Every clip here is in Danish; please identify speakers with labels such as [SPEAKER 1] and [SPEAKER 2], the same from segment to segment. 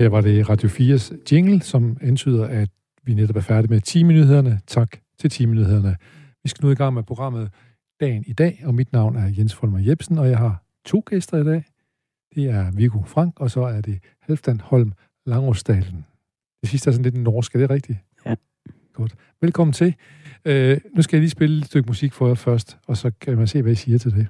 [SPEAKER 1] her var det Radio 4's jingle, som antyder, at vi netop er færdige med timenyhederne. Tak til timenyhederne. Vi skal nu i gang med programmet Dagen i dag, og mit navn er Jens Folmer Jebsen, og jeg har to gæster i dag. Det er Viggo Frank, og så er det Halfdan Holm Langrosdalen. Det sidste er sådan lidt norsk, er det rigtigt?
[SPEAKER 2] Ja.
[SPEAKER 1] Godt. Velkommen til. Øh, nu skal jeg lige spille et stykke musik for jer først, og så kan man se, hvad I siger til det.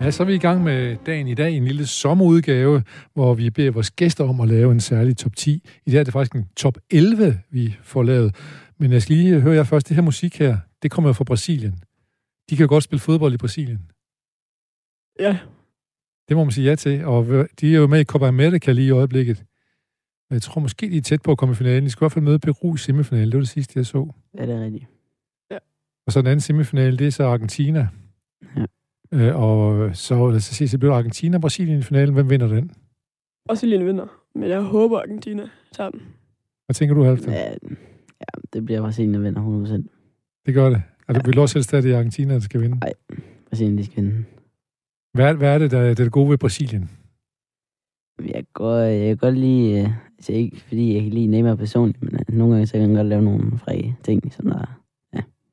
[SPEAKER 1] Ja, så er vi i gang med dagen i dag, en lille sommerudgave, hvor vi beder vores gæster om at lave en særlig top 10. I dag er det faktisk en top 11, vi får lavet. Men jeg skal lige høre jer først. Det her musik her, det kommer jo fra Brasilien. De kan jo godt spille fodbold i Brasilien.
[SPEAKER 2] Ja.
[SPEAKER 1] Det må man sige ja til. Og de er jo med i Copa America lige i øjeblikket. Men jeg tror måske, de er tæt på at komme i finalen. De skal i hvert fald møde Peru i semifinalen. Det var det sidste, jeg så.
[SPEAKER 2] Ja, det er rigtigt.
[SPEAKER 1] Og så den anden semifinale, det er så Argentina.
[SPEAKER 2] Ja.
[SPEAKER 1] Øh, og så, lad os se, så bliver det Argentina og Brasilien i finalen. Hvem vinder den?
[SPEAKER 3] Brasilien vinder, men jeg håber, Argentina tager den.
[SPEAKER 1] Hvad tænker du, Halvdan? Ja.
[SPEAKER 2] Ja, ja, det bliver Brasilien, der vinder 100%.
[SPEAKER 1] Det gør det. Altså, Er det vil også helst, at det er Argentina, der skal vinde.
[SPEAKER 2] Ej. Brasilien, de skal vinde.
[SPEAKER 1] Hvad, er- hvad er det, der er det gode ved Brasilien?
[SPEAKER 2] Jeg kan godt, jeg kan godt lide, øh, altså ikke fordi jeg kan lide Neymar personligt, men øh, nogle gange så kan han godt lave nogle frække ting, sådan der.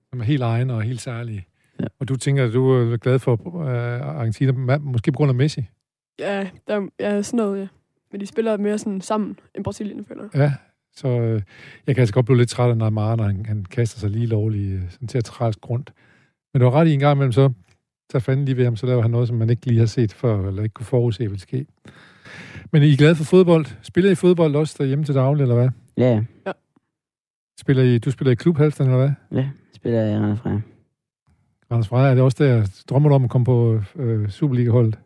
[SPEAKER 1] Som er helt egen og helt særlige. Ja.
[SPEAKER 2] Ja.
[SPEAKER 1] Og du tænker, at du er glad for øh, Argentina, ma- måske på grund af Messi?
[SPEAKER 3] Ja, der, ja, sådan noget, ja. Men de spiller mere sådan sammen end Brasilien, føler jeg.
[SPEAKER 1] Ja, så øh, jeg kan altså godt blive lidt træt af Neymar, når han, han kaster sig lige lovligt øh, sådan til at træls rundt. Men du har ret i en gang imellem, så tager fanden lige ved ham, så laver han noget, som man ikke lige har set før, eller ikke kunne forudse, vil ske. Men er I glade for fodbold? Spiller I fodbold også derhjemme til daglig, eller hvad?
[SPEAKER 2] Ja, ja.
[SPEAKER 1] Spiller I, du spiller i klubhalften, eller hvad?
[SPEAKER 2] ja. Spiller jeg Randers Freja.
[SPEAKER 1] Anders Freja, er det også der, drømmer du om at komme på øh, Superliga-holdet?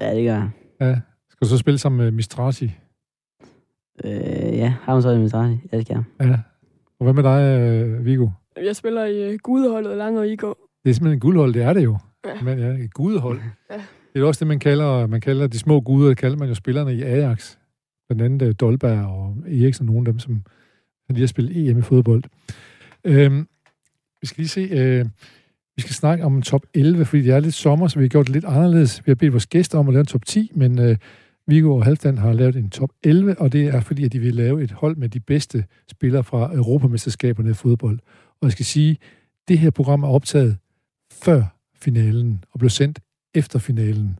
[SPEAKER 2] Ja, det gør jeg.
[SPEAKER 1] Ja. Skal du så spille sammen med Mistrasi?
[SPEAKER 2] Øh, ja, har hun så i min strategi? Ja, det kan jeg.
[SPEAKER 1] Ja. Og hvad med dig, øh, Vigo?
[SPEAKER 3] Jeg spiller i uh, Gudeholdet Lange og Igå.
[SPEAKER 1] Det er simpelthen et guldhold, det er det jo.
[SPEAKER 3] Ja.
[SPEAKER 1] Men ja, et gudehold.
[SPEAKER 3] Ja.
[SPEAKER 1] Det er jo også det, man kalder, man kalder de små guder, det kalder man jo spillerne i Ajax. Blandt andet øh, Dolberg og Eriksen, nogle af dem, som lige har spillet EM i fodbold. Øhm, vi skal lige se, øh, vi skal snakke om en top 11, fordi det er lidt sommer, så vi har gjort det lidt anderledes. Vi har bedt vores gæster om at lave en top 10, men øh, Viggo og Halvdan har lavet en top 11, og det er fordi, at de vil lave et hold med de bedste spillere fra Europamesterskaberne i fodbold. Og jeg skal sige, det her program er optaget før finalen og blev sendt efter finalen.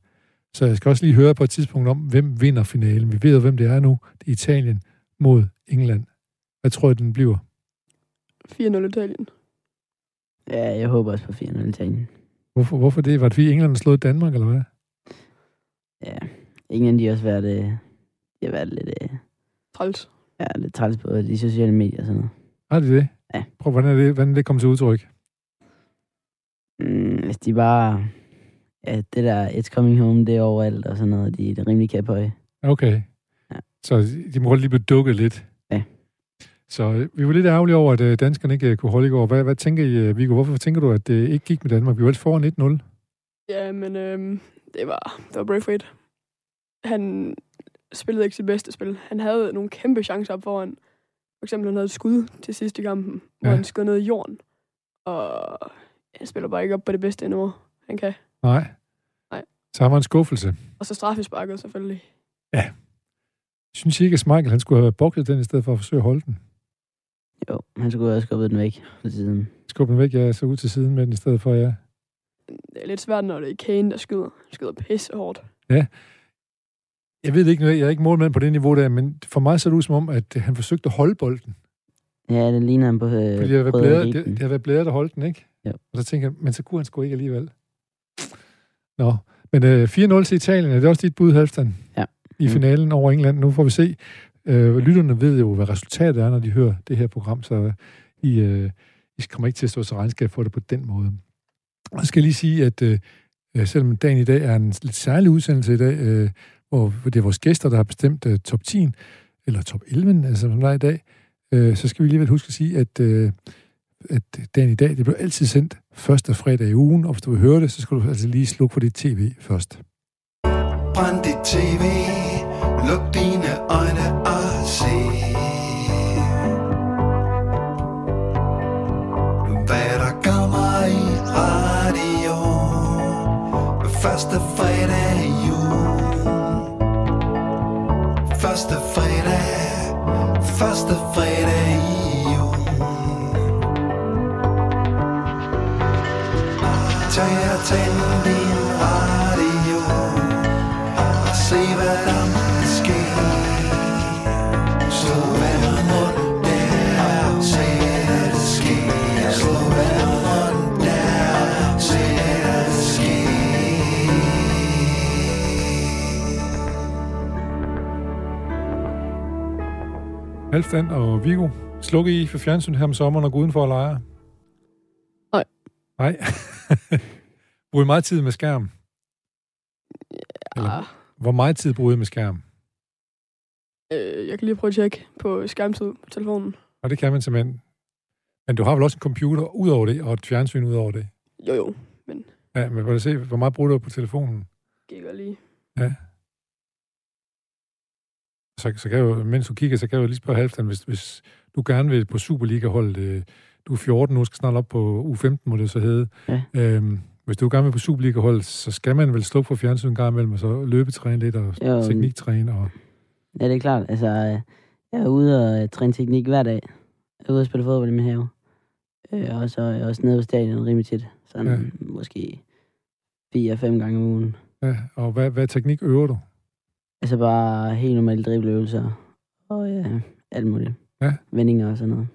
[SPEAKER 1] Så jeg skal også lige høre på et tidspunkt om, hvem vinder finalen. Vi ved jo, hvem det er nu. Det er Italien mod England. Hvad tror jeg, den bliver?
[SPEAKER 3] 4-0 Italien.
[SPEAKER 2] Ja, jeg håber også på 4-0 Italien.
[SPEAKER 1] Hvorfor, hvorfor det? Var det fordi England slog Danmark, eller hvad?
[SPEAKER 2] Ja, England, de har også været, øh, de har været lidt, øh,
[SPEAKER 3] Træls.
[SPEAKER 2] ja, lidt træls på de sociale medier og sådan noget.
[SPEAKER 1] Har de det?
[SPEAKER 2] Ja.
[SPEAKER 1] Prøv, hvordan er det, hvordan er det kom til udtryk?
[SPEAKER 2] Mm, hvis de bare... Ja, det der It's Coming Home, det er overalt og sådan noget. De er rimelig kæphøje.
[SPEAKER 1] Okay.
[SPEAKER 2] Ja.
[SPEAKER 1] Så de må godt lige blive dukket lidt.
[SPEAKER 2] Ja.
[SPEAKER 1] Så øh, vi var lidt ærgerlige over, at øh, danskerne ikke øh, kunne holde i går. Hvad, hvad tænker I, øh, Viggo? Hvorfor tænker du, at det ikke gik med Danmark? Vi var ellers foran 1-0.
[SPEAKER 3] Ja, men øhm, det var, det var Braithwaite. Han spillede ikke sit bedste spil. Han havde nogle kæmpe chancer op foran. For eksempel, han havde et skud til sidst i kampen, hvor
[SPEAKER 1] Ja.
[SPEAKER 3] han skød ned i jorden. Og han spiller bare ikke op på det bedste endnu, han kan.
[SPEAKER 1] Nej.
[SPEAKER 3] Nej.
[SPEAKER 1] Så har man en skuffelse.
[SPEAKER 3] Og så straffesparket selvfølgelig.
[SPEAKER 1] Synes I ikke, at Michael han skulle have bokset den, i stedet for at forsøge at holde den?
[SPEAKER 2] Jo, han skulle have skubbet den væk på tiden.
[SPEAKER 1] Skubbe den væk, ja, så ud til siden med den, i stedet for, ja.
[SPEAKER 3] Det er lidt svært, når det er Kane, der skyder. Han skyder pisse hårdt.
[SPEAKER 1] Jeg ved det ikke, jeg er ikke målmand på det niveau der, men for mig så det ud som om, at han forsøgte at holde bolden.
[SPEAKER 2] Ja, det ligner han på øh,
[SPEAKER 1] Fordi det har været
[SPEAKER 2] Brødre
[SPEAKER 1] blæret, det,
[SPEAKER 2] Eriksen.
[SPEAKER 1] det har været blæret at holde den, ikke?
[SPEAKER 2] Jo.
[SPEAKER 1] Og så tænker jeg, men så kunne han sgu ikke alligevel. Nå, men øh, 4-0 til Italien, er det også dit bud, Halvdan?
[SPEAKER 2] Ja.
[SPEAKER 1] I
[SPEAKER 2] Mm.
[SPEAKER 1] finalen over England, nu får vi se. Øh, lytterne ved jo, hvad resultatet er, når de hører det her program, så øh, I, øh, I kommer ikke til at stå til regnskab for det på den måde. Og så skal jeg lige sige, at øh, øh, selvom dagen i dag er en lidt særlig udsendelse i dag, øh, hvor det er vores gæster, der har bestemt øh, top 10, eller top 11, altså som der er i dag, øh, så skal vi alligevel huske at sige, at, øh, at dagen i dag, det bliver altid sendt første fredag i ugen, og hvis du vil høre det, så skal du altså lige slukke for dit tv først.
[SPEAKER 4] Brænd dit tv, luk dine øjne og se. Hvad der kommer i radio. Første fredag i juni. Første fredag, første fredag i juni. Tag og tænd din radio og se hvad der sker. Slå vandet rundt der og se hvad der sker. Slå vandet rundt der og se hvad der sker.
[SPEAKER 1] Halvdan og Vigo, slukker I for fjernsyn her om sommeren og går udenfor og leger?
[SPEAKER 3] Nej.
[SPEAKER 1] Nej. bruger I meget tid med skærm?
[SPEAKER 3] Ah,
[SPEAKER 1] Hvor meget tid bruger I med skærm?
[SPEAKER 3] øh, jeg kan lige prøve at tjekke på skærmtid på telefonen.
[SPEAKER 1] Og det kan man simpelthen. Men du har vel også en computer ud over det, og et fjernsyn ud over det.
[SPEAKER 3] Jo, jo.
[SPEAKER 1] Ja, men vil du se, hvor meget bruger du på telefonen?
[SPEAKER 3] Gik jeg lige.
[SPEAKER 1] Så, så kan jeg jo, mens du kigger, så kan jeg jo lige spørge Halvdan, hvis, hvis du gerne vil på Superliga-holdet, øh, du er 14 nu, skal snart op på U15, må det så hedde.
[SPEAKER 2] Ja.
[SPEAKER 1] Øhm, hvis du gerne vil på Superliga-holdet, så skal man vel slukke for fjernsynet en gang imellem, og så løbetræne lidt, og
[SPEAKER 2] Jo, men-
[SPEAKER 1] tekniktræne, og
[SPEAKER 2] Ja, det er klart. Altså, øh, jeg er ude og øh, træne teknik hver dag. Jeg er ude og spille fodbold i min have. Øh, og så er jeg også nede på stadion rimelig tit. Sådan
[SPEAKER 1] Ja.
[SPEAKER 2] ja. måske 4-5 gange om ugen.
[SPEAKER 1] Ja, og hvad, hvad teknik øver du?
[SPEAKER 2] Altså bare helt normale dribleøvelser. Og ja, alt muligt.
[SPEAKER 1] Ja.
[SPEAKER 2] Vendinger og sådan noget.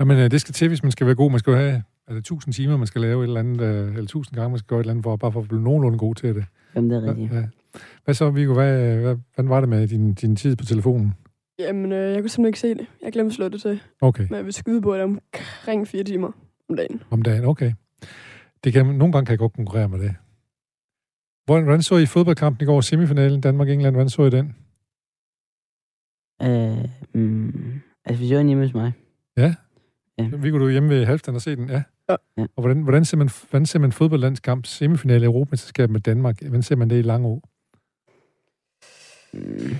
[SPEAKER 1] Jamen, øh, det skal til, hvis man skal være god. Man skal jo have altså, 1000 timer, man skal lave et eller andet, øh, eller 1000 gange, man skal gøre et eller andet, for, bare for at blive nogenlunde god til det.
[SPEAKER 2] Jamen, det er rigtigt.
[SPEAKER 1] Ja. Hvad så, Viggo? Hvad, øh, hvad, hvad var det med din, din tid på telefonen?
[SPEAKER 3] Jamen, øh, jeg kunne simpelthen ikke se det. Jeg glemte at slå det til.
[SPEAKER 1] Okay,
[SPEAKER 3] Men jeg vil skyde på, at det er omkring fire timer om dagen.
[SPEAKER 1] om dagen. Okay. Det kan, nogle gange kan jeg godt konkurrere med det. Hvordan, hvordan så I fodboldkampen i går? Semifinalen Danmark-England, hvordan så I den?
[SPEAKER 2] Øh, mm, altså, hvis jeg er hjemme hos mig.
[SPEAKER 1] Viggo, du er hjemme ved halvdagen og se den, ja.
[SPEAKER 3] Ja.
[SPEAKER 2] Ja.
[SPEAKER 1] Og hvordan, hvordan, ser man, hvordan ser man fodboldlandskamp semifinale i Europamesterskabet med Danmark? Hvordan ser man det i Langå?
[SPEAKER 2] Mm,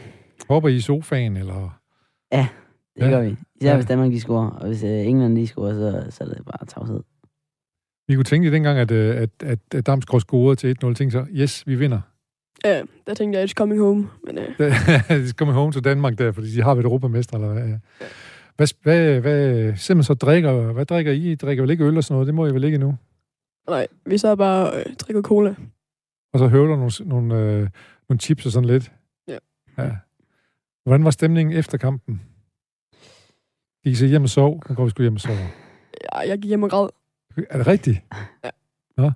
[SPEAKER 1] Hopper I i sofaen, eller...
[SPEAKER 2] det
[SPEAKER 1] Ja.
[SPEAKER 2] ja. gør vi. Især
[SPEAKER 1] Ja.
[SPEAKER 2] ja. hvis Danmark de scorer. Og hvis øh, England lige scorer, så, så er det bare tavshed.
[SPEAKER 1] Vi kunne tænke det dengang, at, øh, at, at, at Damsgaard scorede til 1-0, tænkte så, yes, vi vinder.
[SPEAKER 3] Ja, der tænkte jeg, it's coming home. Men øh,
[SPEAKER 1] de kommer home til Danmark der, fordi de har været europamestre, eller hvad? Ja. Hvad, hvad, hvad simpelthen så drikker, hvad drikker I? I drikker vel ikke øl og sådan noget, det må I vel ikke endnu.
[SPEAKER 3] nej, vi sad bare og øh, drikker cola.
[SPEAKER 1] Og så høvler nogle, nogle, øh, nogle chips og sådan lidt.
[SPEAKER 3] Ja.
[SPEAKER 1] ja. Hvordan var stemningen efter kampen? Gik I så hjem og sov? Nu går vi sgu hjem og sove.
[SPEAKER 3] Ja, jeg gik hjem og græd.
[SPEAKER 1] Er det rigtigt?
[SPEAKER 3] Ja.
[SPEAKER 1] Nå.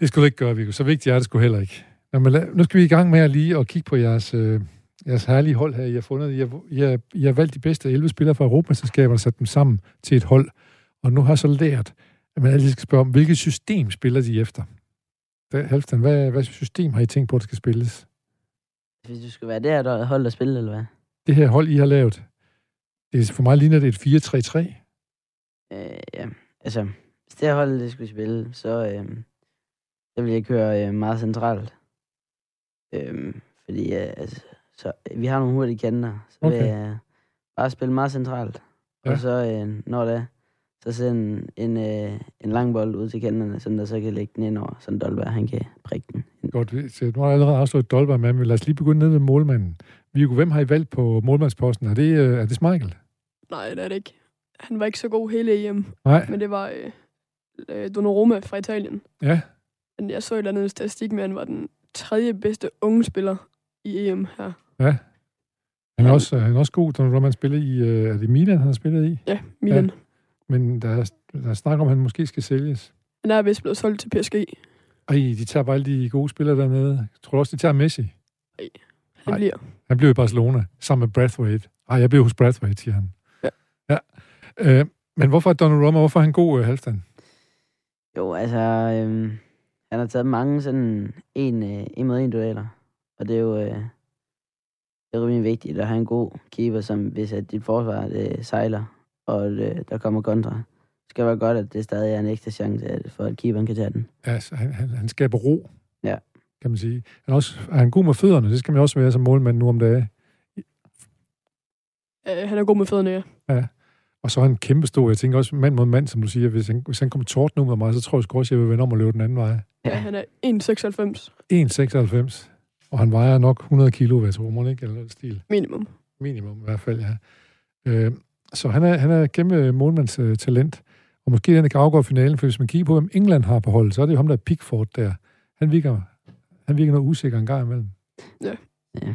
[SPEAKER 1] Det skulle du ikke gøre, Viggo. Så vigtigt er det skulle heller ikke. Nå, men lad, nu skal vi i gang med at lige at kigge på jeres, øh, jeres herlige hold her. I har, fundet, I, har, I, har, I har valgt de bedste 11 spillere fra Europamesterskaberne og sat dem sammen til et hold. Og nu har jeg så lært, at man altid skal spørge om, hvilket system spiller de efter? Da- Halfdan, hvad, hvad system har I tænkt på, at det skal spilles?
[SPEAKER 2] Hvis du skal være der, der holder og spille, eller hvad?
[SPEAKER 1] Det her hold, I har lavet, det er, for mig ligner det et 4-3-3.
[SPEAKER 2] Øh, ja, altså, hvis det her hold, det skulle spille, så, øh, så ville jeg køre øh, meget centralt. Øh, fordi, øh, altså, så, vi har nogle hurtige kanter, så okay.
[SPEAKER 1] Okay.
[SPEAKER 2] vil jeg bare spille meget centralt. Ja.
[SPEAKER 1] Ja.
[SPEAKER 2] Og så, øh, når det er, så sende en, øh, en lang bold ud til kanterne, sådan der så kan lægge den ind over, sådan Dolberg, han kan prikke den. ind.
[SPEAKER 1] Godt, vi- så nu har jeg allerede afslået Dolberg med, men lad os lige begynde ned ved målmanden. Viggo, hvem har I valgt på målmandsposten? Er det, øh, er det Smeichel?
[SPEAKER 3] Nej, det er det ikke. Han var ikke så god hele EM,
[SPEAKER 1] Nej,
[SPEAKER 3] men det var øh, øh, Donnarumma fra Italien.
[SPEAKER 1] ja.
[SPEAKER 3] Men jeg så et eller andet statistik med, at han var den tredje bedste unge spiller i EM her.
[SPEAKER 1] Han er også, øh, han er også god, når man spiller i, øh, er det Milan, han har spillet i?
[SPEAKER 3] Ja, Milan. Ja.
[SPEAKER 1] Men der er, der er snak om, at han måske skal sælges.
[SPEAKER 3] Han er vist blevet solgt til PSG.
[SPEAKER 1] Ej, de tager bare alle de gode spillere dernede. Jeg tror også, de tager Messi.
[SPEAKER 3] Han
[SPEAKER 1] Ej.
[SPEAKER 3] bliver.
[SPEAKER 1] Han blev i Barcelona, sammen med Brathwaite. Ej, jeg blev hos Brathwaite, siger han.
[SPEAKER 3] Ja.
[SPEAKER 1] ja. Øh, Men hvorfor er Donald Rummer, hvorfor er han god, øh, Halvdan?
[SPEAKER 2] Jo, altså, øhm, han har taget mange sådan en, øh, en mod en dueller. Og det er jo øh, det er rimelig vigtigt at have en god keeper, som hvis at dit forsvar det sejler, og øh, der kommer kontra. Det skal være godt, at det stadig er en ekstra chance at- for, at keeperen kan tage den.
[SPEAKER 1] Altså, han, han, han skaber ro,
[SPEAKER 2] Ja.
[SPEAKER 1] kan man sige. Han er, også, er han god med fødderne? Det skal man også være som målmand nu om dagen.
[SPEAKER 3] Øh, han er god med fødderne, ja.
[SPEAKER 1] Og så er han kæmpe stor. Jeg tænker også mand mod mand, som du siger. Hvis han, hvis han kommer tårten ud af mig, så tror jeg sgu også, jeg vil vende om og løbe den anden vej.
[SPEAKER 3] ja. Han er 1,96
[SPEAKER 1] 1,96. Og han vejer nok 100 kilo, hvad jeg tror, må han ikke? Eller noget i den stil.
[SPEAKER 3] minimum.
[SPEAKER 1] Minimum i hvert fald, ja. Øh, så han er, han er et kæmpe målmandstalent. Og måske den kan afgøre finalen, for hvis man kigger på, hvem England har på holdet, så er det jo ham, der er Pickford der. Han virker, han virker noget usikker en gang imellem.
[SPEAKER 3] Ja.
[SPEAKER 2] Ja.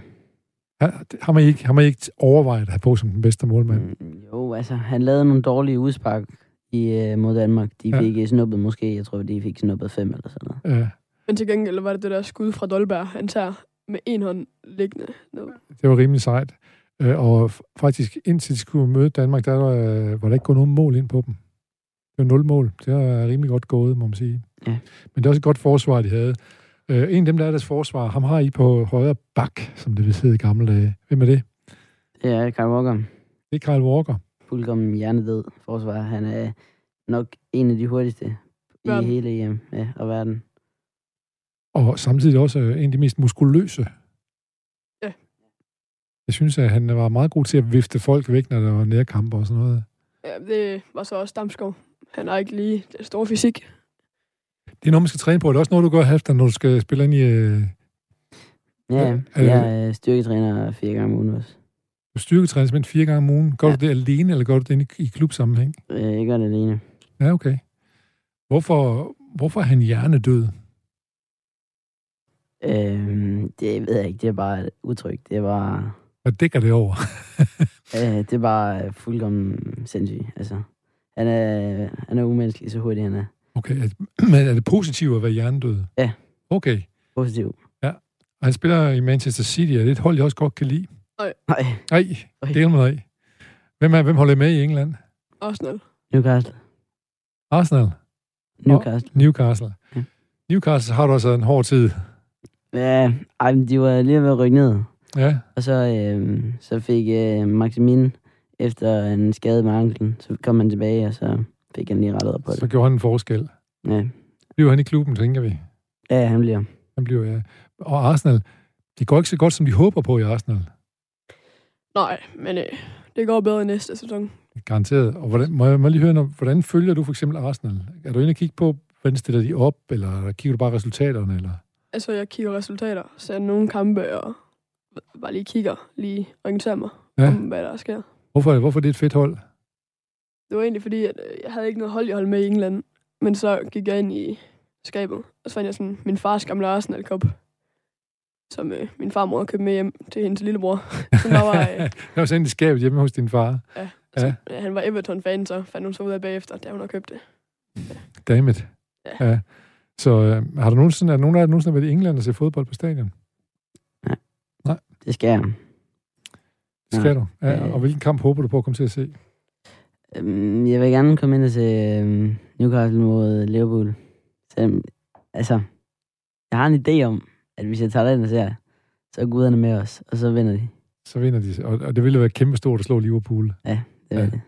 [SPEAKER 1] Har, har, man ikke, har man ikke overvejet at have på som den bedste målmand? Mm.
[SPEAKER 2] Mm, jo, altså, han lavede nogle dårlige udspark i, øh, mod Danmark. De
[SPEAKER 1] Ja.
[SPEAKER 2] fik ja. snuppet måske, jeg tror, de fik snuppet fem eller sådan noget.
[SPEAKER 1] Ja,
[SPEAKER 3] Men til gengæld var det det der skud fra Dolberg, han tager med en hånd liggende ned.
[SPEAKER 1] det var rimelig sejt. Øh, og f- faktisk indtil de skulle møde Danmark, der var, øh, var der ikke gået nogen mål ind på dem. Det var nul mål. Det var rimelig godt gået, må man sige.
[SPEAKER 2] Ja.
[SPEAKER 1] Men det er også et godt forsvar, de havde. Øh, en af dem, der er deres forsvar, ham har I på højre bak, som det vil hedde i gamle dage. Hvem er det?
[SPEAKER 2] Ja, Kyle Walker,
[SPEAKER 1] Det er Kyle Walker.
[SPEAKER 2] fuldkommen hjernedød forsvar. Han er nok en af de hurtigste
[SPEAKER 3] Verden.
[SPEAKER 2] i hele EM ja, og verden.
[SPEAKER 1] Og samtidig også øh, en af de mest muskuløse.
[SPEAKER 3] Ja.
[SPEAKER 1] Jeg synes, at han var meget god til at vifte folk væk, når der var nærkampe og sådan noget.
[SPEAKER 3] Ja, det var så også Damskov. Han har ikke lige den store fysik.
[SPEAKER 1] Det er noget, man skal træne på. Det er også noget, du gør, Halvdan, når du skal spille ind i... Øh,
[SPEAKER 2] Ja,
[SPEAKER 1] Ja,
[SPEAKER 2] jeg er øh, styrketræner fire gange om ugen også.
[SPEAKER 1] styrketræningsmænd fire gange om ugen. Gør ja.
[SPEAKER 2] Ja.
[SPEAKER 1] du det alene, eller gør du det inde i, i klubsammenhæng?
[SPEAKER 2] Øh, Jeg gør det alene.
[SPEAKER 1] Ja, okay. Hvorfor, hvorfor er han hjernedød?
[SPEAKER 2] Øh, det ved jeg ikke, det er bare et udtryk. Det er bare,
[SPEAKER 1] Hvad dækker det over?
[SPEAKER 2] øh, det er bare øh, fuldkommen sindssygt. Altså, han er, han er umenneskelig, så hurtig han er.
[SPEAKER 1] Okay, er, men er det positivt at være hjernedød?
[SPEAKER 2] Ja.
[SPEAKER 1] Okay.
[SPEAKER 2] Positiv.
[SPEAKER 1] Og han spiller i Manchester City, og det er et hold, jeg også godt kan lide.
[SPEAKER 2] Nej,
[SPEAKER 1] Nej,
[SPEAKER 2] Oj.
[SPEAKER 1] det er mig af. Hvem, er, hvem holder I med i England?
[SPEAKER 3] Arsenal.
[SPEAKER 2] Newcastle.
[SPEAKER 1] Arsenal?
[SPEAKER 2] Newcastle.
[SPEAKER 1] Newcastle.
[SPEAKER 2] Ja.
[SPEAKER 1] Newcastle har du altså en hård tid.
[SPEAKER 2] Ja, ej, men de var lige ved at rykke ned.
[SPEAKER 1] Ja,
[SPEAKER 2] Og så, øh, så fik øh, Maximin efter en skade med anklen, så kom han tilbage, og så fik han lige rettet op på
[SPEAKER 1] så
[SPEAKER 2] det.
[SPEAKER 1] gjorde han en forskel.
[SPEAKER 2] Ja,
[SPEAKER 1] Bliver han i klubben, tænker vi.
[SPEAKER 2] ja han bliver.
[SPEAKER 1] Han bliver, ja. Og Arsenal, det går ikke så godt, som de håber på i Arsenal.
[SPEAKER 3] Nej, men øh, det går bedre næste sæson.
[SPEAKER 1] Garanteret. Og hvordan, må jeg må jeg lige høre, når, hvordan følger du for eksempel Arsenal? Er du inde og kigge på, hvordan stiller de op, eller kigger du bare resultaterne? Eller?
[SPEAKER 3] Altså, jeg kigger resultater, ser nogle kampe og bare lige kigger, lige orienterer mig
[SPEAKER 1] Ja.
[SPEAKER 3] ja. om, hvad der sker.
[SPEAKER 1] Hvorfor, hvorfor er det et fedt hold?
[SPEAKER 3] Det var egentlig fordi, at øh, jeg havde ikke noget hold, jeg holdt med i England. Men så gik jeg ind i skabet, og så fandt jeg sådan min fars gamle Arsenal-kop, som øh, min farmor havde købt med hjem til hendes lillebror. Så der var, øh,
[SPEAKER 1] Jeg var sendt i skabet hjemme hos din far.
[SPEAKER 3] så, ja, han var Everton-fan, så fandt hun så ud af bagefter, da hun havde købt øh, det.
[SPEAKER 1] Dammit.
[SPEAKER 3] Ja.
[SPEAKER 1] ja. Så øh, har du nogensinde, er der nogen af jer der nogensinde været i England og set fodbold på stadion?
[SPEAKER 2] Det skal jeg.
[SPEAKER 1] Det
[SPEAKER 2] Nej.
[SPEAKER 1] skal du. Ja,
[SPEAKER 2] Øh.
[SPEAKER 1] og hvilken kamp håber du på at komme til at se?
[SPEAKER 2] Øhm, Jeg vil gerne komme ind til øhm, Newcastle mod Liverpool. Så, altså, jeg har en idé om, at hvis jeg tager den ser, så er guderne med os, og så vinder de.
[SPEAKER 1] Så vinder de. Og, og det ville være kæmpestort at slå Liverpool.
[SPEAKER 2] Det
[SPEAKER 1] Ja.
[SPEAKER 2] ja. det.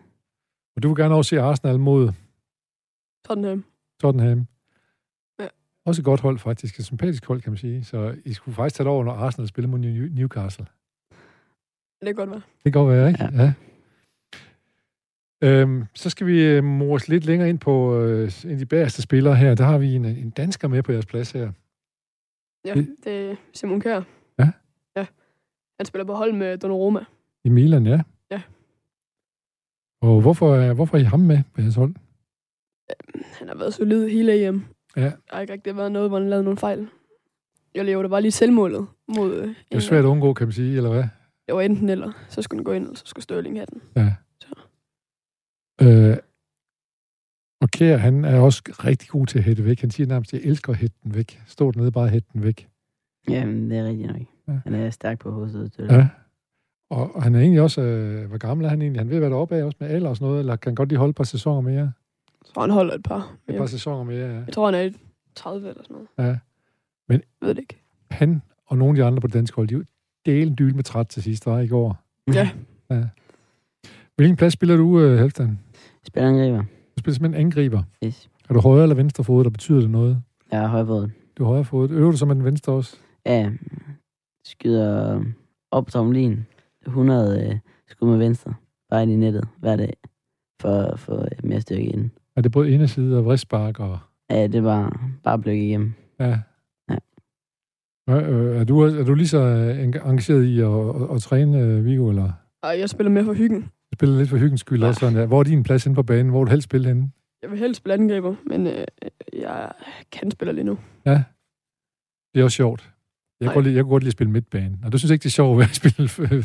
[SPEAKER 1] Og du vil gerne også se Arsenal mod
[SPEAKER 3] Tottenham.
[SPEAKER 1] Tottenham.
[SPEAKER 3] Ja.
[SPEAKER 1] Også et godt hold faktisk. Et sympatisk hold, kan man sige. Så I skulle faktisk tage det over, når Arsenal spiller mod New- Newcastle.
[SPEAKER 3] Det kan godt være.
[SPEAKER 1] Det kan godt være, ikke? Ja. ja. Øhm, så skal vi øh, mores lidt længere ind på øh, en af de bagerste spillere her. Der har vi en, en dansker med på jeres plads her.
[SPEAKER 3] Ja,
[SPEAKER 1] Det-
[SPEAKER 3] det er Simon Kjær.
[SPEAKER 1] Ja.
[SPEAKER 3] Ja. Han spiller på hold med Donnarumma.
[SPEAKER 1] I Milan, ja.
[SPEAKER 3] Ja.
[SPEAKER 1] Og hvorfor, er- hvorfor er I ham med på jeres hold?
[SPEAKER 3] Han har været solid hele EM.
[SPEAKER 1] Ja.
[SPEAKER 3] Der har ikke rigtig været noget, hvor han lavede nogle fejl. Jeg lever det bare lige selvmålet mod...
[SPEAKER 1] Det
[SPEAKER 3] øh,
[SPEAKER 1] er jo
[SPEAKER 3] England.
[SPEAKER 1] svært at undgå, kan man sige, eller hvad?
[SPEAKER 3] Det var enten eller. Så skulle den gå ind, eller så skulle Sterling have den.
[SPEAKER 1] Ja.
[SPEAKER 3] Så.
[SPEAKER 1] Øh, og Kjær, han er også rigtig god til at hætte væk. Han siger nærmest, jeg elsker at hætte den væk. Stå dernede bare og hætte den væk.
[SPEAKER 2] Jamen, det er rigtigt nok.
[SPEAKER 1] Ja.
[SPEAKER 2] Han er stærk på hovedet. Det er det.
[SPEAKER 1] Ja. Og, og han er egentlig også, øh, hvor gammel er han egentlig? Han ved, hvad der er oppe af, også med alder og sådan noget, eller kan han godt lige holde et par sæsoner mere?
[SPEAKER 3] Jeg tror, han holder et par.
[SPEAKER 1] Et
[SPEAKER 3] mere.
[SPEAKER 1] par sæsoner mere, ja.
[SPEAKER 3] Jeg tror, han er i 30 eller sådan noget.
[SPEAKER 1] Ja. Men-
[SPEAKER 3] Jeg ved det ikke.
[SPEAKER 1] Han og nogle af de andre på det danske hold, de er jo delen dyl med træt til sidst, var i går.
[SPEAKER 3] Ja.
[SPEAKER 1] Hvilken plads spiller du, øh, Halvdan?
[SPEAKER 2] Spiller angriber.
[SPEAKER 1] Du spiller simpelthen angriber.
[SPEAKER 2] Yes.
[SPEAKER 1] Er du højre eller venstre fod, der betyder det noget?
[SPEAKER 2] Jeg er højbådet.
[SPEAKER 1] Du er højre fod. Øver du så med den venstre også?
[SPEAKER 2] Ja, skyder op tramlin. 100 øh, skud med venstre. Bare ind i nettet hver dag. For, for øh, mere styrke ind.
[SPEAKER 1] Er det både inderside og vristspark og...
[SPEAKER 2] Ja, det var bare blødt igennem.
[SPEAKER 1] Ja.
[SPEAKER 2] Ja.
[SPEAKER 1] Hva- øh, Er du, er du lige så øh, eng- engageret i at, at, at træne, øh, Viggo, eller
[SPEAKER 3] Ej, jeg spiller med for hyggen.
[SPEAKER 1] du spiller lidt for hyggens skyld også? Sådan, ja. Hvor er din plads inde på banen? Hvor vil du helst spille henne?
[SPEAKER 3] Jeg vil helst spille angriber, men øh, jeg kan spille lige nu.
[SPEAKER 1] Det er også sjovt. Jeg
[SPEAKER 3] Nej.
[SPEAKER 1] kunne, jeg kunne godt lide at spille midtbane. Og du synes ikke, det er sjovt at spille...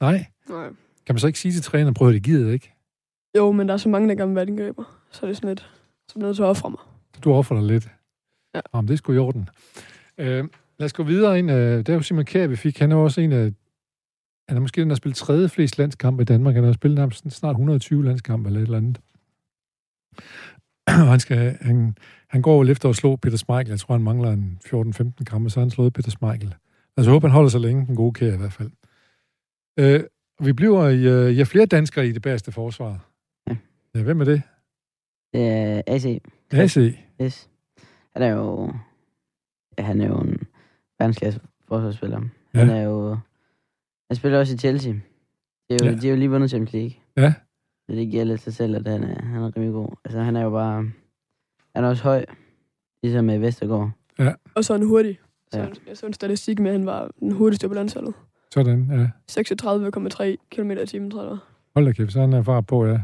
[SPEAKER 1] Nej.
[SPEAKER 3] Nej.
[SPEAKER 1] Kan man så ikke sige til træneren, prøv at høre, det gider jeg ikke?
[SPEAKER 3] Jo, men der er så mange, der gerne vil være angriber. Så er det sådan lidt, så bliver jeg nødt til at ofre mig.
[SPEAKER 1] Du offer dig lidt. Ja.
[SPEAKER 3] Ja.
[SPEAKER 1] Jamen, det er sgu i orden. Øh, lad os gå videre ind. Øh, det er jo Simon Kjær, vi fik. Han er jo også en af... Han er måske den, der har spillet tredje flest landskampe i Danmark. Han har spillet nærmest sådan snart 120 landskampe eller et eller andet. Og han, skal, han, han går vel efter at slå Peter Schmeichel. Jeg tror, han mangler en 14-15 kampe, så har han slået Peter Schmeichel. Altså, jeg håber, han holder sig længe, den gode kære i hvert fald. Øh, og vi bliver i, øh, I har flere danskere i det bagerste forsvar.
[SPEAKER 2] Ja.
[SPEAKER 1] Ja, hvem er det?
[SPEAKER 2] Det er AC.
[SPEAKER 1] AC.
[SPEAKER 2] Yes. Han er jo... ja, Han er jo en verdensklasse forsvarsspiller. Ja. Han
[SPEAKER 1] Ja.
[SPEAKER 2] er jo... Han spiller også i Chelsea. Det er jo,
[SPEAKER 1] Ja.
[SPEAKER 2] ja. de er jo lige vundet Champions League.
[SPEAKER 1] Ja.
[SPEAKER 2] Så det giver lidt sig selv, at han er, han er rimelig god. Altså, han er jo bare... Han er også høj. Ligesom med Vestergaard.
[SPEAKER 3] Og så en hurtig. Så
[SPEAKER 2] Ja.
[SPEAKER 3] ja. Jeg så en statistik med, at han var den hurtigste på landsholdet.
[SPEAKER 1] Sådan, ja.
[SPEAKER 3] 36,3 km i timen, tror jeg. det var.
[SPEAKER 1] Hold da kæft, så er han erfaren på, ja.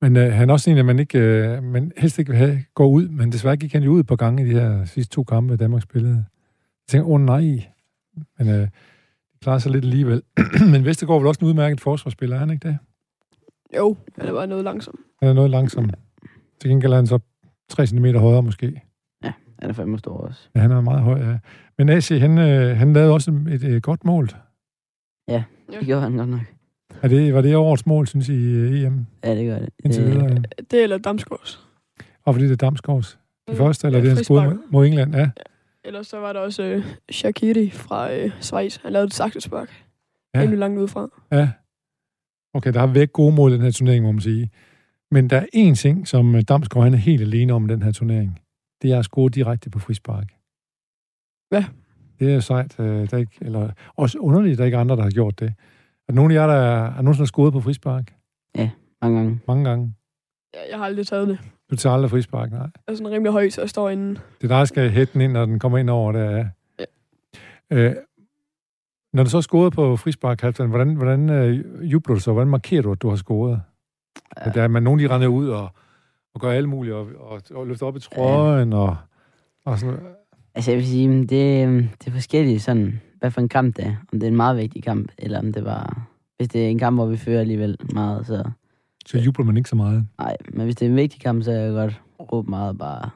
[SPEAKER 1] Men øh, han er også en, at man, ikke, øh, man helst ikke vil have, går ud, men desværre gik han jo ud et par gange i de her sidste to kampe, Danmark spillede. Jeg tænker, åh oh, nej, men øh, det klarer sig lidt alligevel. men Vestergaard er vel også en udmærket forsvarsspiller, er han ikke det?
[SPEAKER 3] Jo, han er bare noget langsom.
[SPEAKER 1] Han er noget langsom. Til gengæld er han så 3 cm højere måske.
[SPEAKER 2] Han er fandme stor også.
[SPEAKER 1] Ja, han er meget høj, ja. Men AC, han, øh, han lavede også et øh, godt mål.
[SPEAKER 2] Det gjorde han godt nok.
[SPEAKER 1] Er det, var det årets mål, synes I, i EM
[SPEAKER 2] Ja, det gør det.
[SPEAKER 1] indtil
[SPEAKER 2] Øh,
[SPEAKER 1] videre? ja?
[SPEAKER 3] Det eller Damsgaards.
[SPEAKER 1] Og fordi det er Damsgaards. Det første, eller
[SPEAKER 3] Mm, Ja,
[SPEAKER 1] det er han skud
[SPEAKER 3] frispark.
[SPEAKER 1] mod- mod England, ja.
[SPEAKER 3] Ellers så var der også øh, Shakiri fra øh, Schweiz. Han lavede et saksespark.
[SPEAKER 1] Ja.
[SPEAKER 3] Ja. Endnu langt udefra.
[SPEAKER 1] Ja. Okay, der har været gode mål i den her turnering, må man sige. Men der er én ting, som øh, Damsgaard han er helt alene om i den her turnering. Det er at score direkte på frispark.
[SPEAKER 3] Ja.
[SPEAKER 1] Det er jo sejt. øh, Der er ikke, eller, også underligt, at der ikke er andre, der har gjort det. Er der nogen af jer, der er, er nogen, der har scoret på frispark?
[SPEAKER 2] Mange gange.
[SPEAKER 1] Mange gange.
[SPEAKER 3] Ja, jeg har aldrig taget det.
[SPEAKER 1] Du tager aldrig frispark, nej.
[SPEAKER 3] Jeg er sådan rimelig høj, så jeg står inden.
[SPEAKER 1] Det er dig, der skal hætte den ind, når den kommer ind over der. Ja.
[SPEAKER 3] Ja.
[SPEAKER 1] Øh, når du så har scoret på frispark, Halvdan, hvordan, hvordan øh, jubler du så? Hvordan markerer du, at du har scoret? Ja.
[SPEAKER 2] Ja.
[SPEAKER 1] Der er man, nogen, de render ud og, og gør alt muligt, og, og, og løfter op i trøjen, og, og sådan
[SPEAKER 2] Altså, jeg vil sige, men det, øhm, det er forskelligt sådan, hvad for en kamp det er. Om det er en meget vigtig kamp, eller om det var... Hvis det er en kamp, hvor vi fører alligevel meget, så...
[SPEAKER 1] Så jubler man ikke så meget.
[SPEAKER 2] Nej, men hvis det er en vigtig kamp, så er jeg godt råbe meget og bare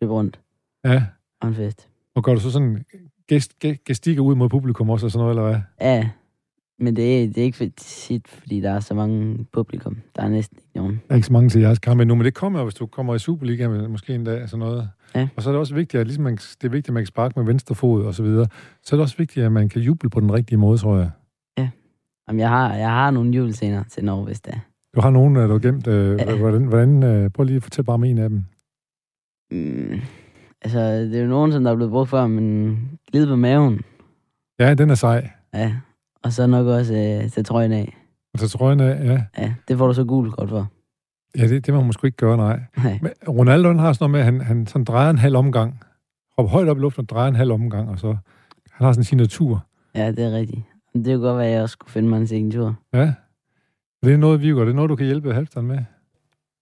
[SPEAKER 2] løbe rundt
[SPEAKER 1] Ja,
[SPEAKER 2] og en fest.
[SPEAKER 1] og gør du så sådan gest, ge- gestikker ud mod publikum også, og sådan noget, eller hvad?
[SPEAKER 2] Ja, men det er, det er ikke for tit, fordi der er så mange publikum. Der er næsten ikke nogen.
[SPEAKER 1] Der er ikke så mange til jeres kampe endnu, men det kommer jo, hvis du kommer i Superligaen måske en dag, sådan noget.
[SPEAKER 2] Ja.
[SPEAKER 1] Og så er det også vigtigt, at ligesom man, det er vigtigt, at man kan sparke med venstre fod og så videre. Så er det også vigtigt, at man kan juble på den rigtige måde, tror jeg.
[SPEAKER 2] Jamen, jeg har, jeg har nogle julescener til Norge, hvis det er.
[SPEAKER 1] Du har nogen, øh, du har gemt. Øh,
[SPEAKER 2] Ja.
[SPEAKER 1] hvordan, hvordan, øh, prøv lige at fortælle bare om en af dem.
[SPEAKER 2] Mm, altså, det er jo nogen, som der er blevet brugt for, men glide på maven.
[SPEAKER 1] Ja, den er sej.
[SPEAKER 2] Ja, og så nok også øh, tage trøjen af.
[SPEAKER 1] Og Altså, så tror jeg, ja,
[SPEAKER 2] Ja, det får du så gul godt for.
[SPEAKER 1] ja det, det må man sgu ikke gøre, nej.
[SPEAKER 2] Nej.
[SPEAKER 1] Men Ronaldo han har sådan noget med, at han, han sådan drejer en halv omgang. Hopper højt op i luften og drejer en halv omgang, og så han har sådan sin natur.
[SPEAKER 2] Ja, det er rigtigt. Men Det kunne godt være, at jeg også skulle finde mig en signatur.
[SPEAKER 1] Ja. Det er noget, vi gør. Det er noget, du kan hjælpe Halvdan med.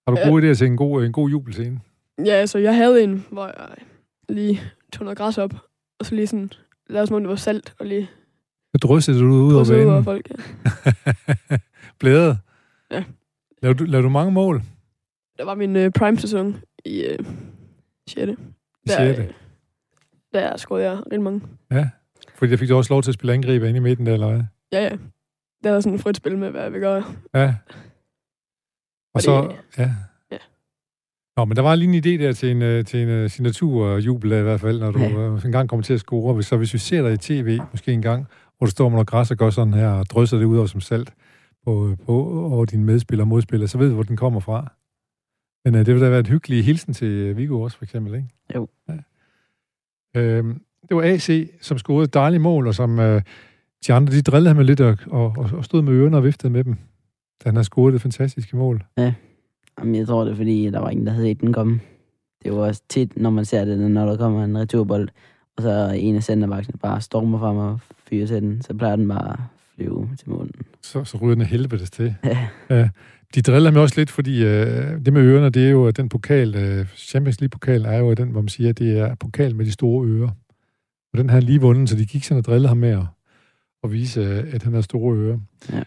[SPEAKER 1] Har du
[SPEAKER 3] Ja.
[SPEAKER 1] gode idéer til en god, øh, en god jubelscene?
[SPEAKER 3] Ja, altså, jeg havde en, hvor jeg øh, lige tog noget græs op, og så lige sådan, lavede som om det var salt, og lige
[SPEAKER 1] Så dryssede du ud over
[SPEAKER 3] prøvede ud over
[SPEAKER 1] banen.
[SPEAKER 3] folk. Ja.
[SPEAKER 1] Blæde.
[SPEAKER 3] Ja.
[SPEAKER 1] Laver du, laver du mange mål?
[SPEAKER 3] Der var min øh, prime-sæson i øh, 6.
[SPEAKER 1] I sjette?
[SPEAKER 3] øh, der scorede jeg rigtig mange.
[SPEAKER 1] Fordi der fik du også lov til at spille angriber inde i midten, der, eller hvad?
[SPEAKER 3] Ja, ja. der er sådan et frit spil med, hvad jeg vil gøre.
[SPEAKER 1] Ja. Og
[SPEAKER 3] Og
[SPEAKER 1] så,
[SPEAKER 3] det-
[SPEAKER 1] ja.
[SPEAKER 3] ja.
[SPEAKER 1] Nå, men der var lige en idé der til en, øh, til en uh, signaturjubel i hvert fald, når du
[SPEAKER 2] Ja.
[SPEAKER 1] ja. engang kommer til at score. Hvis- Så hvis vi ser dig i tv, måske en gang, hvor du står med noget græs og gør sådan her, og drysser det ud over som salt på, øh, på over dine medspillere og modspillere, så ved du, hvor den kommer fra. Men uh, det vil da være et hyggeligt hilsen til øh, Viggo også, for eksempel, ikke?
[SPEAKER 2] Jo.
[SPEAKER 1] Ja. Øhm, det var AC, som scorede et dejligt mål, og som øh, de andre, de drillede ham jo lidt og, og, og- og stod med ørerne og viftede med dem. Da han har scoret det fantastiske mål.
[SPEAKER 2] Jamen, jeg tror det, er, fordi der var ingen, der havde set den komme. Det var også tit, når man ser det, når der kommer en returbold, og så en af centerbaksene bare stormer frem og fyrer til den, så plejer den bare at flyve til munden.
[SPEAKER 1] så, så ryger den af helvedes til.
[SPEAKER 2] Ja.
[SPEAKER 1] Ja. De driller mig også lidt, fordi øh, det med ørerne, det er jo at den pokal, øh, Champions League-pokal er jo den, hvor man siger, at det er pokal med de store ører. Og den har han lige vundet, så de gik sådan og drillede ham med at, at vise, øh, at han har store ører.
[SPEAKER 2] Ja.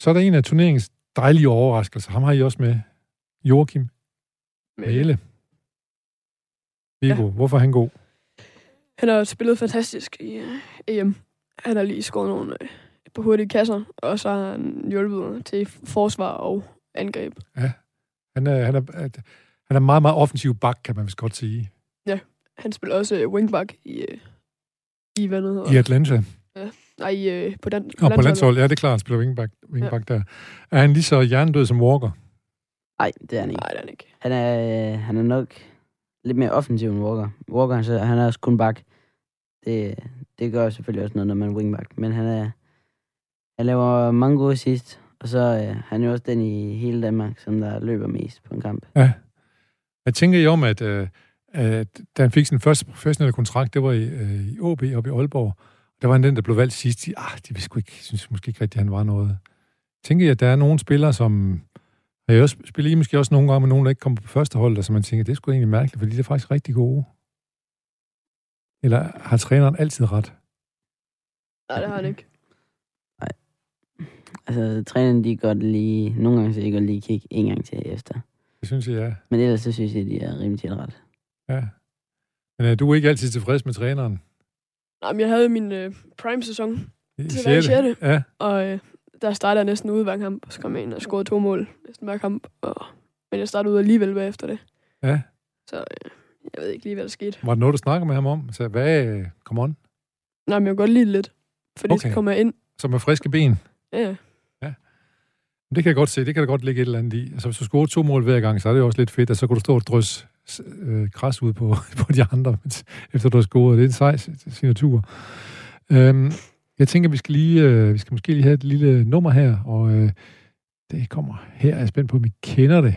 [SPEAKER 1] Så er der en af turneringens dejlige overraskelser. Ham har I også med. Joachim Mæle. Viggo, ja. hvorfor er han god?
[SPEAKER 3] Han har spillet fantastisk i øh, EM. Han har lige scoret nogle øh, et par hurtige kasser, og så har han hjulpet til forsvar og angreb.
[SPEAKER 1] Han er, han er, at- han er meget, meget offensiv bak, kan man vist godt sige,
[SPEAKER 3] Han spiller også øh, wingback i, øh, i hvad det hedder.
[SPEAKER 1] i Atlanta.
[SPEAKER 3] Nej, i, øh, på, dan-
[SPEAKER 1] Og på landshold, ja, det er klart, han spiller wingback, wingback ja. der. Er han lige så hjernedød som Walker?
[SPEAKER 2] Nej, det er han ikke.
[SPEAKER 3] Nej, det er han ikke.
[SPEAKER 2] Han er, øh, han er nok lidt mere offensiv end Walker. Walker, han, så, han er også kun bak. Det, det gør selvfølgelig også noget, når man er wingback. Men han, er, han laver mange gode sidst, og så øh, han er jo også den i hele Danmark, som der løber mest på en kamp.
[SPEAKER 1] Jeg tænker I om, at, øh, at da han fik sin første professionelle kontrakt, det var i, øh, i OB oppe i Aalborg, der var han den, der blev valgt sidst. De, ah, de vidste sgu ikke, synes måske ikke rigtigt, at han var noget. Tænker I, at der er nogle spillere, som... Har jeg også, spiller I måske også nogle gange med nogen, der ikke kommer på første hold, og som man tænker, det er sgu egentlig mærkeligt, fordi det er faktisk rigtig gode. Eller har træneren altid ret?
[SPEAKER 3] Nej, det har han ikke.
[SPEAKER 2] Altså, trænerne, de kan godt lige... Nogle gange så kan de godt lige kigge en gang til efter.
[SPEAKER 1] Det synes jeg, ja.
[SPEAKER 2] Men ellers så synes jeg, de er rimelig tilret.
[SPEAKER 1] ja. Men øh, du er ikke altid tilfreds med træneren.
[SPEAKER 3] Nej, men jeg havde min øh, prime-sæson,
[SPEAKER 1] I
[SPEAKER 3] Til hver
[SPEAKER 1] sjette? Ja.
[SPEAKER 3] og øh, der startede jeg næsten ude hver kamp, og så kom jeg ind og scorede to mål næsten hver kamp. Og, men jeg startede ud alligevel bagefter det.
[SPEAKER 1] Ja.
[SPEAKER 3] Så øh, jeg ved ikke lige, hvad der skete.
[SPEAKER 1] Var det noget, du snakkede med ham om? Så hvad, øh, come on,
[SPEAKER 3] Nej, men jeg kunne godt lide det lidt, fordi okay.
[SPEAKER 1] Okay.
[SPEAKER 3] så kom jeg ind.
[SPEAKER 1] så med friske ben.
[SPEAKER 3] Ja,
[SPEAKER 1] Det kan jeg godt se, det kan der godt ligge et eller andet i. Altså, hvis du scorer to mål hver gang, så er det jo også lidt fedt, og så kunne du stå og drøs øh, græs ud på, på de andre, mens- efter du har scoret. Det er en sej signatur. Øhm, jeg tænker, vi skal, lige, øh, vi skal måske lige have et lille nummer her, og øh, det kommer her. Jeg er spændt på, om I kender det.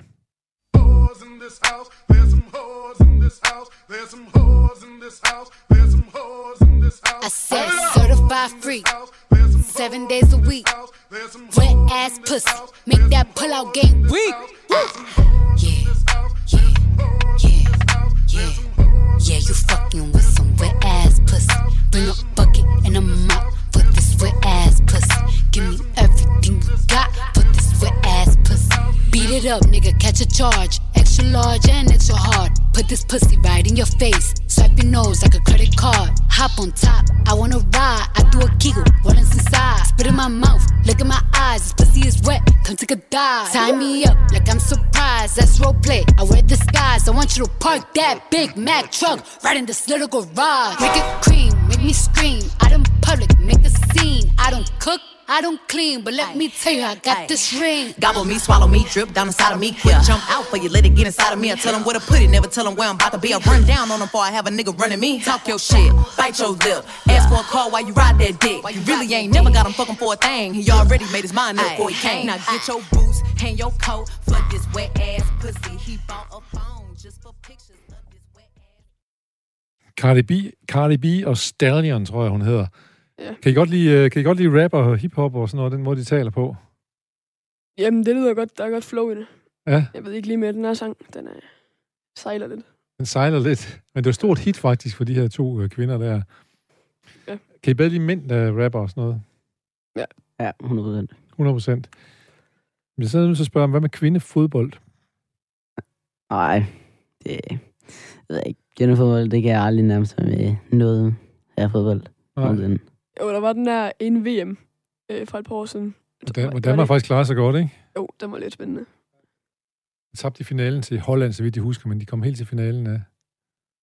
[SPEAKER 5] Whores in this house. There's some whores in this house. There's some whores in this house. There's some whores in this house.
[SPEAKER 6] I said
[SPEAKER 5] Hold up.
[SPEAKER 6] certified freak.
[SPEAKER 5] There's some
[SPEAKER 6] Seven
[SPEAKER 5] whores
[SPEAKER 6] days a
[SPEAKER 5] in this
[SPEAKER 6] week.
[SPEAKER 5] house. There's some
[SPEAKER 6] Wet
[SPEAKER 5] whores
[SPEAKER 6] ass
[SPEAKER 5] in this
[SPEAKER 6] pussy.
[SPEAKER 5] house.
[SPEAKER 6] Make
[SPEAKER 5] There's
[SPEAKER 6] that
[SPEAKER 5] some
[SPEAKER 6] pullout
[SPEAKER 5] whores
[SPEAKER 6] game
[SPEAKER 5] in this
[SPEAKER 6] weak.
[SPEAKER 5] house. There's some whores in
[SPEAKER 6] Yeah.
[SPEAKER 5] this house. There's some whores in
[SPEAKER 6] Yeah.
[SPEAKER 5] this house. There's
[SPEAKER 6] Yeah.
[SPEAKER 5] some whores in
[SPEAKER 6] Yeah, you
[SPEAKER 5] this house.
[SPEAKER 6] fucking with some wet ass pussy. Bring a bucket and a mop. Put this wet ass pussy. Give me everything you got. Put this wet ass pussy. Beat it up, nigga. Catch a charge. Extra large and extra hard. Put this pussy right in your face. Swipe your nose like a credit card. Hop on top. I wanna ride. I do a giggle. Rollin' inside. Spit in my mouth. Look in my eyes. This pussy is wet. Come take a dive. Tie me up like I'm surprised. That's role play. I wear disguise. I want you to park that Big Mac truck right in this little garage. Make it cream. Make me scream. Out in public. Make a scene. I don't cook. I don't clean. But let me tell you, I got this ring.
[SPEAKER 7] Gobble me, swallow me, drip down inside of me. Quick jump out for you, let it get inside of me. I tell them where to put it, never tell them where I'm about to be. I run down on them before I have a nigga running me. Talk your shit, bite your lip. Ask for a call while you ride that dick. You really ain't never got him fucking for a thing. He already made his mind up before he came. Now get your boots, hang your coat for this wet ass pussy. He bought a phone just for pictures of this wet ass.
[SPEAKER 1] Cardi B, Cardi B og Stallion, tror jeg, hun hedder.
[SPEAKER 3] Ja.
[SPEAKER 1] Kan, I godt lide, øh, kan I godt lide rap og hiphop og sådan noget, den måde, de taler på?
[SPEAKER 3] jamen det lyder godt. Der er godt flow i det.
[SPEAKER 1] Ja.
[SPEAKER 3] Jeg ved ikke lige med den her sang. Den er, sejler lidt.
[SPEAKER 1] Den sejler lidt. Men det var et stort hit faktisk for de her to øh, kvinder der.
[SPEAKER 3] Ja.
[SPEAKER 1] Kan I bedre lide mænd, der rapper og sådan noget?
[SPEAKER 2] Ja, 100%.
[SPEAKER 1] 100 procent. Men så er jeg nødt til at spørge, hvad med kvindefodbold?
[SPEAKER 2] Nej, det ved jeg ikke. Kvindefodbold, det kan jeg aldrig nærmest være med noget af fodbold.
[SPEAKER 1] Nej.
[SPEAKER 2] nogensinde.
[SPEAKER 3] Jo, der var den der en VM øh, for et par år siden, Var-
[SPEAKER 1] Hvordan,
[SPEAKER 3] var
[SPEAKER 1] hvordan man
[SPEAKER 3] det-
[SPEAKER 1] faktisk klarer sig godt, ikke?
[SPEAKER 3] Jo, den var lidt spændende.
[SPEAKER 1] De tabte i finalen til Holland, så vidt jeg husker, men de kom helt til finalen af.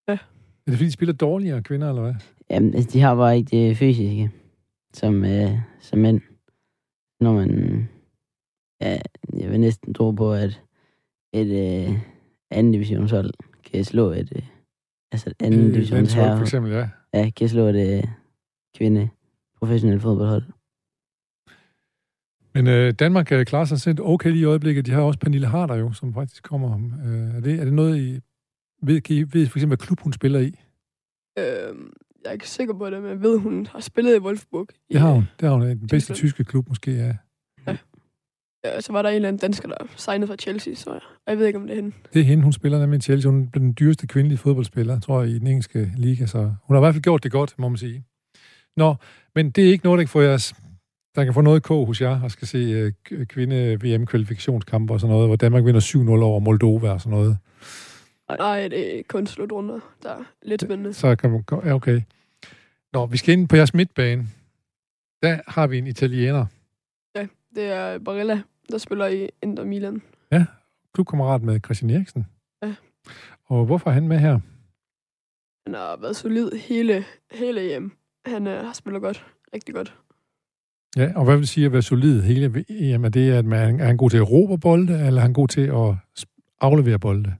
[SPEAKER 3] Ja.
[SPEAKER 1] Er det fordi, de spiller dårligere kvinder, eller hvad?
[SPEAKER 2] Jamen, altså, de har bare ikke det fysiske, som, øh, som mænd. Når man... Ja, jeg vil næsten tro på, at et øh, anden divisionshold kan slå et... Øh, altså et anden
[SPEAKER 1] Øh,
[SPEAKER 2] divisions
[SPEAKER 1] landshold, for
[SPEAKER 2] herre,
[SPEAKER 1] eksempel, ja.
[SPEAKER 2] ja, kan slå et øh, kvinde professionelt fodboldhold.
[SPEAKER 1] Men øh, Danmark øh, klarer sig selv okay lige i øjeblikket. De har også Pernille Harder jo, som faktisk kommer. Øh, er, det, er det noget, I ved, kan I ved for eksempel, hvad klub hun spiller i?
[SPEAKER 3] Øhm, jeg er ikke sikker på det, men jeg ved, hun har spillet i Wolfsburg. I,
[SPEAKER 1] Det har hun. Det har hun. Den bedste
[SPEAKER 3] Tyskland.
[SPEAKER 1] tyske klub måske, ja.
[SPEAKER 3] Ja, øh, så var der en eller anden dansker, der signede fra Chelsea, så jeg, jeg ved ikke, om det er hende.
[SPEAKER 1] Det er hende, hun spiller nemlig i Chelsea. Hun blev den dyreste kvindelige fodboldspiller, tror jeg, i den engelske liga. Så hun har i hvert fald gjort det godt, må man sige. Nå, men det er ikke noget, der kan få, jeres, der kan få noget i kog hos jer, og skal se øh, k- kvinde-VM-kvalifikationskampe og sådan noget, hvor Danmark vinder 7-0 over Moldova og sådan noget.
[SPEAKER 3] Nej, det er kun slutrunder, der er lidt spændende.
[SPEAKER 1] Så kan man gå, ja, okay. Nå, vi skal ind på jeres midtbane. Der har vi en italiener,
[SPEAKER 3] Det er Barella, der spiller i Inter Milan.
[SPEAKER 1] klubkammerat med Christian Eriksen.
[SPEAKER 3] Ja.
[SPEAKER 1] Og hvorfor er han med her?
[SPEAKER 3] Han har været solid hele, hele EM. Han øh, har spillet godt. Rigtig godt.
[SPEAKER 1] Ja, og hvad vil det sige at være solid hele ved EM? Er det, at man, er han god til at råbe bolde, eller er han god til at sp- aflevere bolde?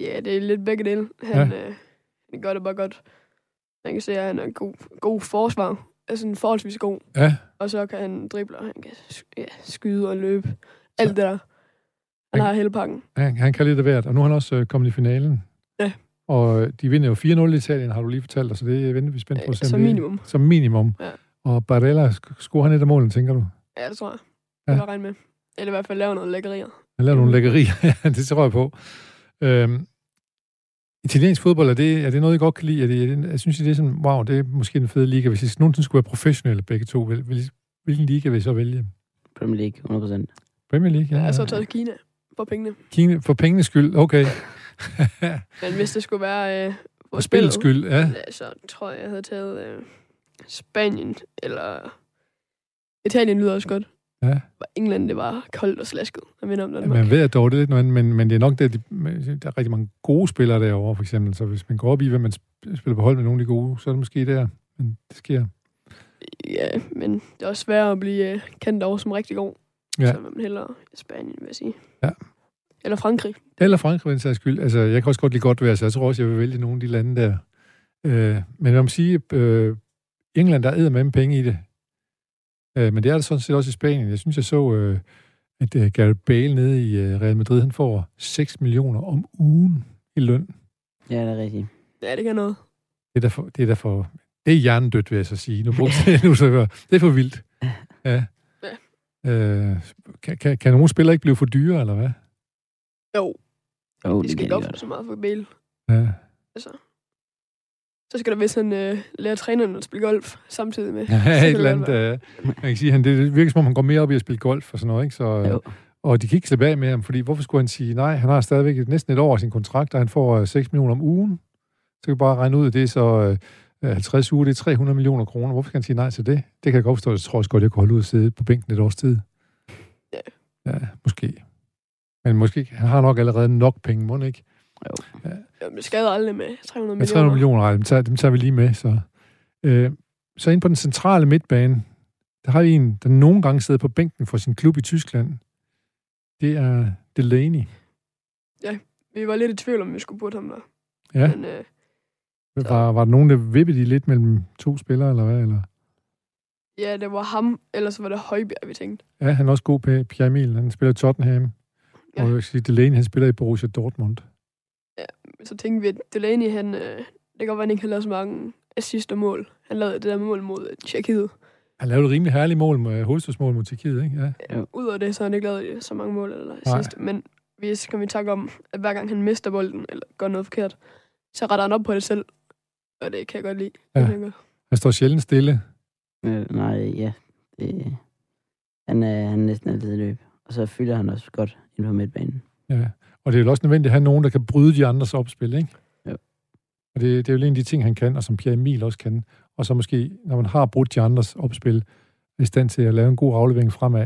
[SPEAKER 3] Ja, det er lidt begge dele. Han, ja. øh, han gør det bare godt. Man kan se, at han er en god, god forsvar. Altså en forholdsvis god.
[SPEAKER 1] Ja,
[SPEAKER 3] Og så kan han drible, og han kan sk- ja, skyde og løbe. Alt det der. Han har hele pakken.
[SPEAKER 1] han, han kan lidt af hvert, og nu er han også øh, kommet i finalen.
[SPEAKER 3] Ja.
[SPEAKER 1] Og øh, de vinder jo 4-0 i Italien, har du lige fortalt dig, så det venter vi spændt på. at se, om
[SPEAKER 3] Øh, Som
[SPEAKER 1] det-
[SPEAKER 3] minimum.
[SPEAKER 1] Som minimum.
[SPEAKER 3] Ja.
[SPEAKER 1] Og Barella, sk- scorer han et af målene, tænker du?
[SPEAKER 3] Ja, det tror jeg.
[SPEAKER 1] Ja.
[SPEAKER 3] Det var regne med. Eller i hvert fald lave noget lækkerier.
[SPEAKER 1] Han laver nogle lækkerier, ja, det tror jeg på. Øhm, italiensk fodbold, er det, er det noget, I godt kan lide? Er det, er det, jeg synes, I, det er sådan, wow, det er måske en fed liga. Hvis I nogensinde skulle være professionelle begge to, vil, vil, I- hvilken liga vil I så vælge?
[SPEAKER 2] Premier League, 100%.
[SPEAKER 1] Premier League, ja. altså,
[SPEAKER 3] Ja, jeg så taget Kina for pengene.
[SPEAKER 1] Kina, for pengenes skyld, okay.
[SPEAKER 3] Men hvis det skulle være øh, for
[SPEAKER 1] For spillets skyld, ja.
[SPEAKER 3] Ja, så tror jeg, jeg havde taget øh, Spanien eller... Italien lyder også godt.
[SPEAKER 1] Ja.
[SPEAKER 3] Og England, det var koldt og slasket. Jeg minder om Danmark.
[SPEAKER 1] Man ved at dog, det er lidt noget andet, men, men det er nok, der, de, der er rigtig mange gode spillere derovre, for eksempel. Så hvis man går op i, hvem man sp- spiller på hold med nogle af de gode, så er det måske der, men det sker.
[SPEAKER 3] Ja, men det er også svært at blive øh, kendt over som rigtig god.
[SPEAKER 1] Ja.
[SPEAKER 3] Så vil man hellere i Spanien, vil jeg sige.
[SPEAKER 1] Ja.
[SPEAKER 3] Eller Frankrig.
[SPEAKER 1] Eller Frankrig, for den sags skyld. Altså, jeg kan også godt lide godt vejr, så jeg tror også, jeg vil vælge nogle af de lande der. Øh, men man må sige, øh, England, der æder med penge i det. Øh, men det er der sådan set også i Spanien. Jeg synes, jeg så, øh, at øh, Gareth Bale nede i øh, Real Madrid, han får 6 millioner om ugen i løn.
[SPEAKER 2] Ja, det er rigtigt.
[SPEAKER 3] Ja, det kan noget.
[SPEAKER 1] Det er derfor, det er derfor, det er hjernedødt, vil jeg så sige. Nu brugte jeg nu så jeg- Det er for vildt. Ja.
[SPEAKER 3] Ja.
[SPEAKER 1] Øh, kan, kan, kan nogle spillere ikke blive for dyre, eller hvad?
[SPEAKER 3] Jo,
[SPEAKER 2] Jo,
[SPEAKER 3] de
[SPEAKER 2] det
[SPEAKER 3] skal
[SPEAKER 2] kan
[SPEAKER 3] ikke
[SPEAKER 2] de
[SPEAKER 3] op
[SPEAKER 2] godt.
[SPEAKER 3] så meget for Bale.
[SPEAKER 1] Ja.
[SPEAKER 3] Så skal der vist han øh, lære træneren at spille golf samtidig med.
[SPEAKER 1] Ja,
[SPEAKER 3] Så
[SPEAKER 1] et
[SPEAKER 3] kan
[SPEAKER 1] eller
[SPEAKER 3] det
[SPEAKER 1] andet.
[SPEAKER 3] godt
[SPEAKER 1] Øh, man kan sige, han, det det virker som om, han går mere op i at spille golf og sådan noget. Ikke? Så, øh,
[SPEAKER 2] Jo.
[SPEAKER 1] og de kan ikke slippe af med ham, fordi hvorfor skulle han sige nej? Han har stadigvæk et- næsten et år af sin kontrakt, og han får øh, 6 millioner om ugen. Så kan vi bare regne ud, at det er så øh, 50 uger, det er 300 millioner kroner. Hvorfor skal han sige nej til det? Det kan jeg godt forstå. Jeg tror også godt, jeg kunne holde ud og sidde på bænken et års tid.
[SPEAKER 3] Ja.
[SPEAKER 1] Ja, måske. Men måske, ikke. han har nok allerede nok penge, må han ikke?
[SPEAKER 3] Jamen, det skader aldrig med 300
[SPEAKER 1] Med
[SPEAKER 3] millioner.
[SPEAKER 1] 300 millioner, ej, dem tager, dem tager vi lige med. Så, øh, så ind på den centrale midtbane, der har vi en, der nogle gange sidder på bænken for sin klub i Tyskland. Det er Delaney.
[SPEAKER 3] Vi var lidt i tvivl, om vi skulle putte ham der.
[SPEAKER 1] Ja.
[SPEAKER 3] Men øh,
[SPEAKER 1] Var, var der nogen, der vippede de lidt mellem to spillere, eller hvad? Eller?
[SPEAKER 3] ja, det var ham, ellers var det Højbjerg, vi tænkte.
[SPEAKER 1] Ja, han er også god på Pierre Emil. Han spiller i Tottenham. Ja.
[SPEAKER 3] Ja.
[SPEAKER 1] Og jeg vil sige, Delaney, han spiller i Borussia Dortmund.
[SPEAKER 3] Men Så tænkte vi, at Delaney, han, øh, det kan godt være, han ikke havde lavet så mange assist og mål. Han lavede det der mål mod øh, Tjekkiet.
[SPEAKER 1] Han lavede et rimelig herligt mål, med, hovedstødsmål mod Tjekkiet, ikke? Ja.
[SPEAKER 3] Udover det, så har han ikke lavet øh, så mange mål eller sidst. Men vi kan vi takke om, at hver gang han mister bolden, eller gør noget forkert, så retter han op på det selv. Og det kan jeg godt lide.
[SPEAKER 1] Ja.
[SPEAKER 3] Jeg tænker,
[SPEAKER 1] Han står sjældent stille.
[SPEAKER 2] Øh, nej, ja. Det, han, er, han er næsten altid i løb. Og så fylder han også godt ind på midtbanen.
[SPEAKER 1] Ja, og det er jo også nødvendigt at have nogen, der kan bryde de andres opspil, ikke?
[SPEAKER 2] Jo.
[SPEAKER 1] Og det, det er jo en af de ting, han kan, og som Pierre Emil også kan. Og så måske, når man har brudt de andres opspil, er i stand til at lave en god aflevering fremad.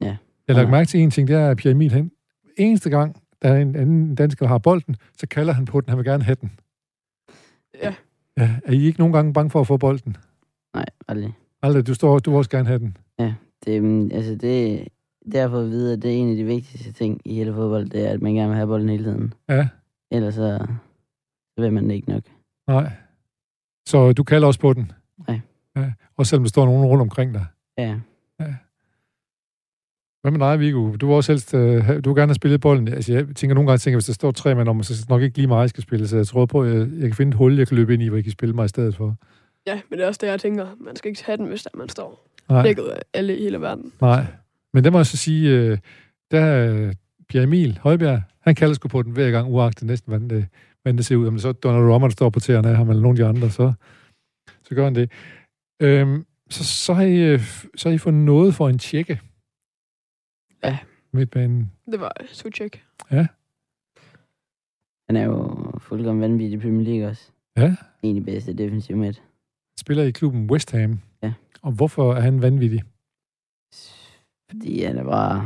[SPEAKER 2] Ja.
[SPEAKER 1] Jeg har lagt
[SPEAKER 2] Ja.
[SPEAKER 1] mærke til en ting, det er, at Pierre Emil, han, eneste gang, der er en anden dansker, der har bolden, så kalder han på den, han vil gerne have den.
[SPEAKER 3] Ja.
[SPEAKER 1] ja. Er I ikke nogle gange bange for at få bolden?
[SPEAKER 2] Nej, aldrig.
[SPEAKER 1] Aldrig, du, står, du vil også gerne have den.
[SPEAKER 2] Det, mm, altså det, det har jeg fået at vide, at det er en af de vigtigste ting i hele fodbold, det er, at man gerne vil have bolden hele tiden.
[SPEAKER 1] Ja,
[SPEAKER 2] Ellers så, så vil man det ikke nok.
[SPEAKER 1] nej. Så du kalder også på den?
[SPEAKER 2] Nej.
[SPEAKER 1] Ja. Også selvom der står nogen rundt omkring dig.
[SPEAKER 2] Ja,
[SPEAKER 1] Hvad med dig, Viggo? Du vil også helst, øh, have- du vil gerne have spillet bolden. Altså, jeg tænker nogle gange, tænker, hvis der står tre mand om mig, så er det nok ikke lige mig, jeg skal spille. Så jeg tror på, at jeg, jeg kan finde et hul, jeg kan løbe ind i, hvor jeg kan spille mig i stedet for.
[SPEAKER 3] Ja, men det er også det, jeg tænker. Man skal ikke have den, hvis der man står
[SPEAKER 1] Nej,
[SPEAKER 3] dækket af alle i hele verden.
[SPEAKER 1] nej. Men det må jeg så sige, øh, der øh, Pierre Emil Højbjerg, han kalder sgu på den hver gang, uagtet næsten, hvordan det, hvordan det ser ud. Om det så er Donald Rummer, der står på tæerne af ham, eller nogen af de andre, så, så gør han det. Øhm, så, så, har I, øh, så har I fået noget for en tjekke.
[SPEAKER 2] Ja.
[SPEAKER 1] Midtbanen.
[SPEAKER 3] Det var øh, Suchek.
[SPEAKER 2] han er jo fuldkommen vanvittig i Premier League også.
[SPEAKER 1] Ja.
[SPEAKER 2] En af de bedste defensive midt.
[SPEAKER 1] Spiller i klubben West Ham.
[SPEAKER 2] Ja.
[SPEAKER 1] Og hvorfor er han vanvittig?
[SPEAKER 2] Fordi han er bare...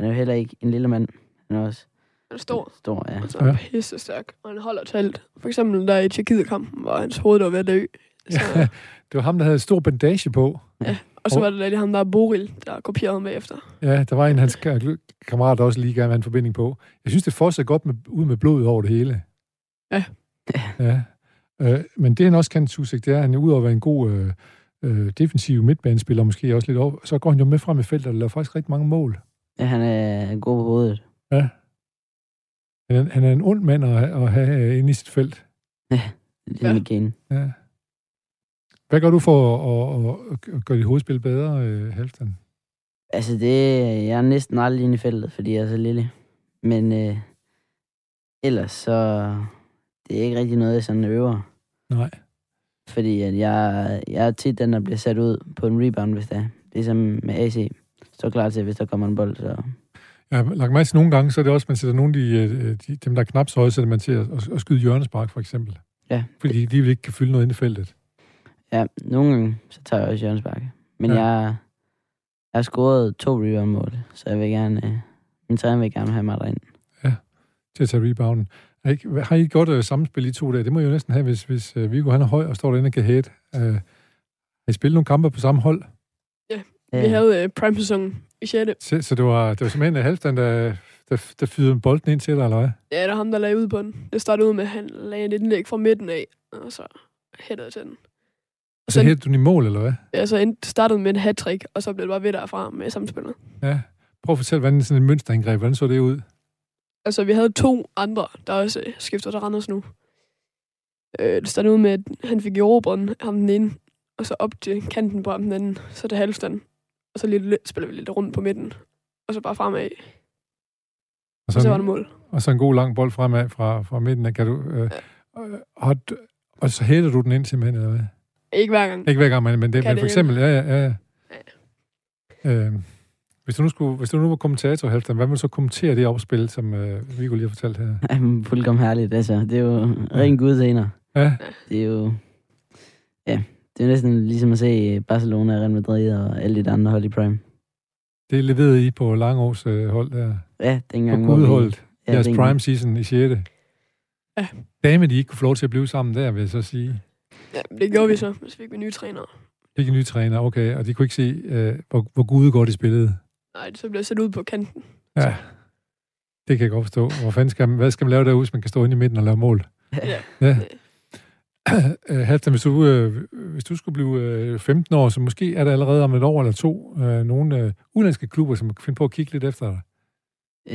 [SPEAKER 2] Han er jo heller ikke en lille mand. Han er også
[SPEAKER 3] Han er stor,
[SPEAKER 2] stor ja.
[SPEAKER 3] og så er han
[SPEAKER 1] Ja.
[SPEAKER 3] pisse stærk, og han holder talt. For eksempel der i Tjekkiet-kampen, hvor hans hoved var ved at dø. Så,
[SPEAKER 1] Det var ham, der havde stor bandage på.
[SPEAKER 3] og så var det lige ham, der er Boril, der kopierede ham bagefter.
[SPEAKER 1] Ja, der var en af hans ka- kammerater, der også lige gerne ville have en forbinding på. Jeg synes, det fortsætter godt med, ud med blod over det hele.
[SPEAKER 3] Ja.
[SPEAKER 1] ja. Øh, men det, han også kan, Susik, det er, at han udover at være en god øh, øh, defensiv midtbanespiller, måske også lidt over, så går han jo med frem i feltet og laver faktisk rigtig mange mål.
[SPEAKER 2] ja. han er god på hovedet.
[SPEAKER 1] Han er, han er en ond mand at, ha- at have øh, inde i sit felt.
[SPEAKER 2] Ligesom
[SPEAKER 3] Ja.
[SPEAKER 2] ja. igen.
[SPEAKER 1] Ja. Hvad gør du for at, at, at, at gøre dit hovedspil bedre, øh, Halvdan?
[SPEAKER 2] Altså, det, jeg er næsten aldrig inde i feltet, fordi jeg er så lille. Men øh, ellers så... Det er ikke rigtig noget, jeg sådan øver.
[SPEAKER 1] Nej.
[SPEAKER 2] Fordi at jeg, jeg er tit den, der bliver sat ud på en rebound, hvis det er. Ligesom med AC. Står klar til, hvis der kommer en bold, så...
[SPEAKER 1] Jeg har lagt mærke til nogle gange, så er det også, at man sætter nogle af de, øh, de, dem, der er knap så høje, sætter man til at, at, at skyde hjørnespark, for eksempel.
[SPEAKER 2] Ja.
[SPEAKER 1] Fordi de vil ikke kan fylde noget inde i feltet.
[SPEAKER 2] Ja, nogle gange, så tager jeg også hjørnsbakke. Men
[SPEAKER 1] Ja.
[SPEAKER 2] ja. jeg, jeg har scoret to rebound-mål, så jeg vil gerne... Øh, min træner vil gerne have mig derind.
[SPEAKER 1] Til at tage rebounden. Er ikke, hvad- har I et godt øh, samspil i to dage? Det må I jo næsten have, hvis, hvis øh, Viggo han er høj og står derinde og kan hætte. Øh, har I spillet nogle kampe på samme hold?
[SPEAKER 2] Ja,
[SPEAKER 3] Vi havde øh, prime-sæsonen i 6.
[SPEAKER 1] Så, så det, var, det var simpelthen Halvdan, der, der, der fyrede bolden ind til dig, eller hvad?
[SPEAKER 3] Ja, det er ham, der lagde ud på den. Det startede ud med, at han lagde et indlæg fra midten af, og så hættede til den.
[SPEAKER 1] Og så
[SPEAKER 3] Så-
[SPEAKER 1] hættede du den i mål, eller hvad?
[SPEAKER 3] Ja, så endte- startede med en hat og så blev det bare ved derfra med samspillet.
[SPEAKER 1] Ja. Prøv at fortælle, hvordan sådan et mønsterangreb, hvordan så det ud?
[SPEAKER 3] Altså, vi havde to andre, der også øh, skifter til Randers nu. Øh, det startede ud med, at han fik i råberen ham den ene, og så op til kanten på ham den anden, så til halvstand. Og så lidt, lidt, spiller vi lidt rundt på midten, og så bare fremad,
[SPEAKER 1] Og
[SPEAKER 3] og så
[SPEAKER 1] en-
[SPEAKER 3] var det mål.
[SPEAKER 1] Og så en god lang bold fremad fra, fra midten. af. Kan du, øh, øh, og, og så hætter du den ind simpelthen, eller hvad?
[SPEAKER 3] Ikke hver gang.
[SPEAKER 1] Ikke hver gang, men, men, det,
[SPEAKER 3] Kan
[SPEAKER 1] men
[SPEAKER 3] det
[SPEAKER 1] for eksempel, ja, ja, ja. ja. Øh, hvis, du nu skulle, hvis du nu var kommentator, Halvdan, hvad vil du så kommentere det opspil, som øh, Viggo lige har fortalt her?
[SPEAKER 2] Jamen, fuldkommen herligt, altså. Det er jo ren gudsener.
[SPEAKER 1] Ja,
[SPEAKER 2] Det er jo... Ja, det er næsten ligesom at se øh, Barcelona, Real Madrid og alle de andre hold i Prime.
[SPEAKER 1] det leverede I på Langårs øh, hold der.
[SPEAKER 2] Ja,
[SPEAKER 1] På
[SPEAKER 2] dengang... hvor vi-
[SPEAKER 1] gudeholdet.
[SPEAKER 2] Ja,
[SPEAKER 1] Jeres
[SPEAKER 2] dengang-
[SPEAKER 1] prime season i 6.
[SPEAKER 3] Ja.
[SPEAKER 1] Dame, de ikke kunne få lov til at blive sammen der, vil jeg så sige.
[SPEAKER 3] Ja, men det gjorde vi så, så fik vi nye trænere.
[SPEAKER 1] Fik en ny træner, okay, og de kunne ikke se, øh, hvor, hvor gude godt de spillede.
[SPEAKER 3] Nej, så blev jeg sat ud på kanten.
[SPEAKER 1] Ja, det kan jeg godt forstå. Hvor fanden skal man, hvad skal man lave derude, hvis man kan stå inde i midten og lave mål?
[SPEAKER 3] Ja.
[SPEAKER 1] Ja.
[SPEAKER 3] Øh,
[SPEAKER 1] Øh, Halvdan, hvis du, øh, hvis du skulle blive øh, 15 år, så måske er der allerede om et år eller to øh, nogle øh, udenlandske klubber, som kan finde på at kigge lidt efter dig.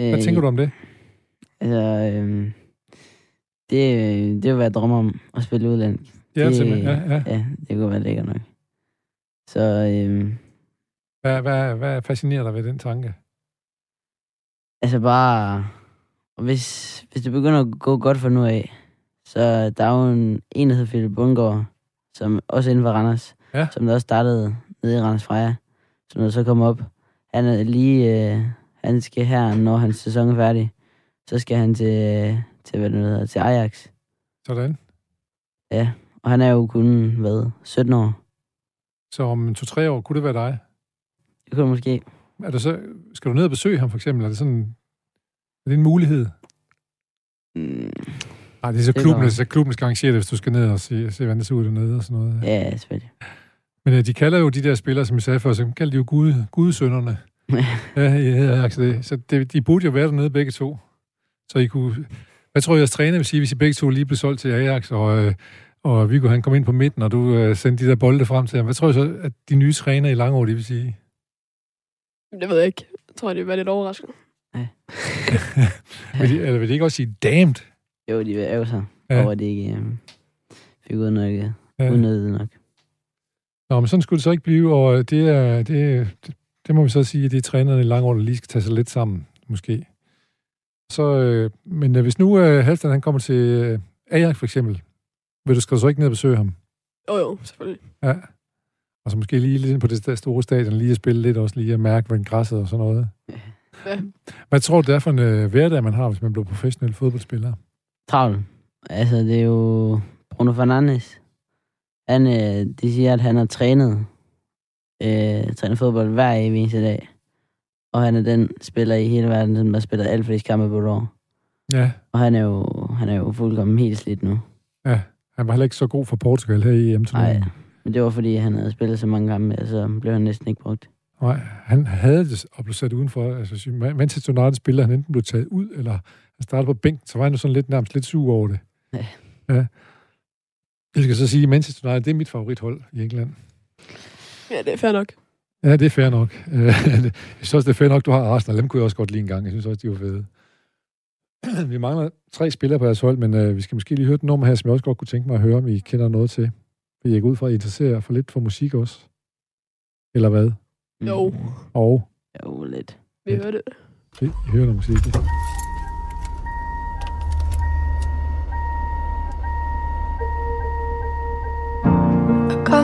[SPEAKER 1] Hvad
[SPEAKER 2] Øh,
[SPEAKER 1] tænker du om det?
[SPEAKER 2] Altså, øhm, det, øh, det er, hvad jeg drømmer om, at spille udland.
[SPEAKER 1] Ja,
[SPEAKER 2] det-
[SPEAKER 1] det... ja, ja.
[SPEAKER 2] Ja, det kunne være lækkert nok. Så øhm,
[SPEAKER 1] Hvad, hvad, hvad fascinerer dig ved den tanke?
[SPEAKER 2] Altså bare, og hvis, hvis det begynder at gå godt for nu af, så der er jo en enhed, Philip Bundgaard, som også er inden for Randers,
[SPEAKER 1] Ja.
[SPEAKER 2] som der også startede nede i Randers Freja, som der så kom op. Han er lige, øh, han skal her, når hans sæson er færdig, så skal han til, til hvad det nu hedder, til Ajax.
[SPEAKER 1] Sådan.
[SPEAKER 2] Og han er jo kun, hvad, 17 år.
[SPEAKER 1] Så om to-tre år, kunne det være dig?
[SPEAKER 2] Det kunne måske.
[SPEAKER 1] Er det så, skal du ned og besøge ham, for eksempel? Er det sådan... Er det en mulighed?
[SPEAKER 2] Mm,
[SPEAKER 1] Nej, det er så
[SPEAKER 2] Det er
[SPEAKER 1] klubben,
[SPEAKER 2] klart.
[SPEAKER 1] så klubben skal arrangere det, hvis du skal ned og se, se hvordan det ser ud dernede og sådan noget. Ja.
[SPEAKER 2] ja, selvfølgelig.
[SPEAKER 1] Men øh, de kalder jo de der spillere, som jeg sagde før, så kalder de jo gud, gudsønderne. ja, i Ajax, det. Så det, de burde jo være dernede begge to. Så I kunne... Hvad tror jeg, jeres træner vil sige, hvis I begge to lige blev solgt til Ajax, og, øh, og Viggo han kom ind på midten, og du øh, sendte de der bolde frem til ham? Hvad tror jeg så, at de nye træner i Langå, det vil sige?
[SPEAKER 3] Det ved jeg ikke. Jeg tror, det vil være lidt overraskende.
[SPEAKER 1] Vil de, eller vil de ikke også sige, damned?
[SPEAKER 2] Jo, de vil æve sig
[SPEAKER 1] Ja.
[SPEAKER 2] ja. over, at de ikke øhm, fik udnyttet,
[SPEAKER 1] Ja.
[SPEAKER 2] ja. udnyttet nok.
[SPEAKER 1] Nå, men sådan skulle det så ikke blive, og øh, det, er, det, det, det må vi så sige, at det er trænerne i Langård, der lige skal tage sig lidt sammen, måske. Så, øh, men øh, hvis nu øh, Halvdan han kommer til øh, Ajax for eksempel, vil du, skal du så ikke ned og besøge ham?
[SPEAKER 3] Jo, jo, selvfølgelig.
[SPEAKER 1] Ja. Og så måske lige lidt ind på det der store stadion, lige at spille lidt også, lige at mærke, hvordan græsset og sådan noget.
[SPEAKER 3] Ja.
[SPEAKER 1] Hvad tror du, det er for en øh, hverdag, man har, hvis man bliver professionel fodboldspiller?
[SPEAKER 2] Travl. Altså, det er jo Bruno Fernandes. Han, øh, de siger, at han har trænet, øh, trænet fodbold hver evig eneste dag. Og han er den spiller i hele verden, som har spillet alt for de kampe på et år.
[SPEAKER 1] Ja,
[SPEAKER 2] Og han er jo, han er jo fuldkommen helt slidt nu.
[SPEAKER 1] han var heller ikke så god for Portugal her i em
[SPEAKER 2] Nej, men det var fordi, han havde spillet så mange kampe, og så blev han næsten ikke brugt.
[SPEAKER 1] Nej, han havde det og blev sat udenfor. Altså, sy- Man- Manchester United spiller, han enten blev taget ud, eller han startede på bænken, så var han jo sådan lidt nærmest lidt sur over det.
[SPEAKER 2] Ja.
[SPEAKER 1] ja. Jeg skal så sige, Manchester United, det er mit favorithold i England.
[SPEAKER 3] Ja, det er fair nok.
[SPEAKER 1] Ja, det er fair nok. Øh, jeg synes også, det er fair nok, du har Arsenal. Dem kunne jeg også godt lide en gang. Jeg synes også, de var fede. Vi mangler tre spillere på jeres hold, men øh, vi skal måske lige høre et nummer her, som jeg også godt kunne tænke mig at høre, om I kender noget til. Vil jeg gå ud fra, at I interesserer jer for lidt for musik også? Eller hvad?
[SPEAKER 2] Mm.
[SPEAKER 3] Jo,
[SPEAKER 1] Og
[SPEAKER 2] Jo, lidt.
[SPEAKER 3] vi hørte det.
[SPEAKER 1] vi I hører noget musik. Ikke?
[SPEAKER 8] Got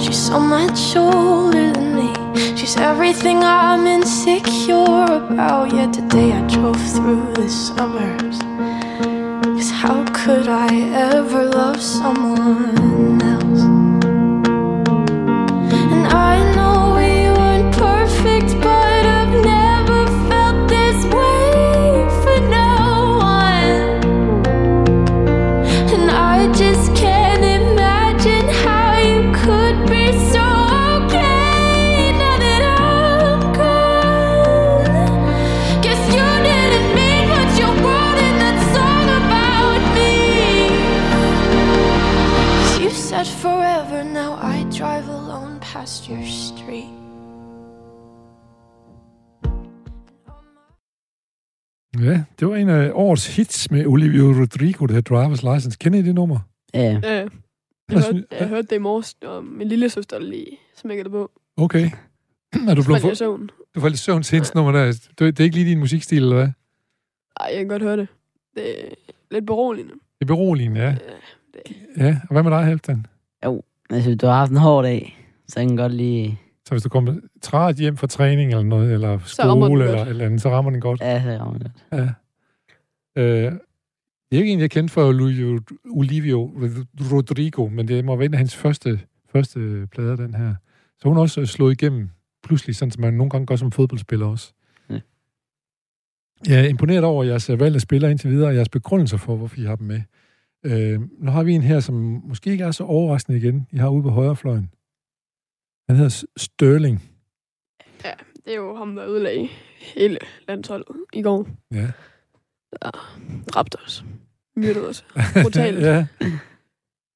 [SPEAKER 8] She's so much older than me. She's everything I'm insecure about. Yet today I drove through the suburbs. Cause how could I ever love someone else? And I know we weren't perfect, but I've never felt this way for no one. And I just can't imagine how you could be so okay now that I'm gone. Guess you didn't mean what you wrote in that song about me. 'Cause you said forever, now I drive alone past your street.
[SPEAKER 1] Ja, det var en af årets hits med Olivia Rodrigo, der hedder Driver's License. Kender I det nummer?
[SPEAKER 2] Ja,
[SPEAKER 3] Ja, Altså, ja. jeg,
[SPEAKER 1] Hvad
[SPEAKER 3] hørte,
[SPEAKER 1] synes-
[SPEAKER 3] jeg hørte det i morges, og min lille søster lige smækkede det på.
[SPEAKER 1] Okay. Er du
[SPEAKER 3] Du blev
[SPEAKER 1] blevet for,
[SPEAKER 3] for... søvn.
[SPEAKER 1] du faldt i søvn til hendes nummer der? Du- Det er ikke lige din musikstil, eller hvad?
[SPEAKER 3] Ej, jeg kan godt høre det. Det er lidt beroligende.
[SPEAKER 1] Det er beroligende, ja.
[SPEAKER 3] Ja,
[SPEAKER 1] Ja, og hvad med dig, Halvdan?
[SPEAKER 2] altså hvis du har haft en hård dag, så kan den godt lige...
[SPEAKER 1] Så hvis du kommer træt hjem fra træning eller noget, eller
[SPEAKER 3] rammer den
[SPEAKER 1] skole eller
[SPEAKER 3] godt.
[SPEAKER 1] eller andet, så rammer den godt.
[SPEAKER 2] Ja, så rammer den godt.
[SPEAKER 1] Ja. Øh, det er ikke en, jeg kendte for Olivio, Olivio Rodrigo, men det må være en af hans første, første plader, den her. Så hun er også slået igennem pludselig, sådan som man nogle gange gør som fodboldspiller også. Ja.
[SPEAKER 2] Ja.
[SPEAKER 1] Jeg er imponeret over jeres valg af spillere indtil videre, og jeres begrundelser for, hvorfor I har dem med. Øh, nu har vi en her, som måske ikke er så overraskende igen. I har ude på højrefløjen. Han hedder Sterling.
[SPEAKER 3] det er jo ham, der ødelagde hele landsholdet i går.
[SPEAKER 1] Ja.
[SPEAKER 3] Der dræbte os. Myrdede os. Brutalt.
[SPEAKER 1] ja.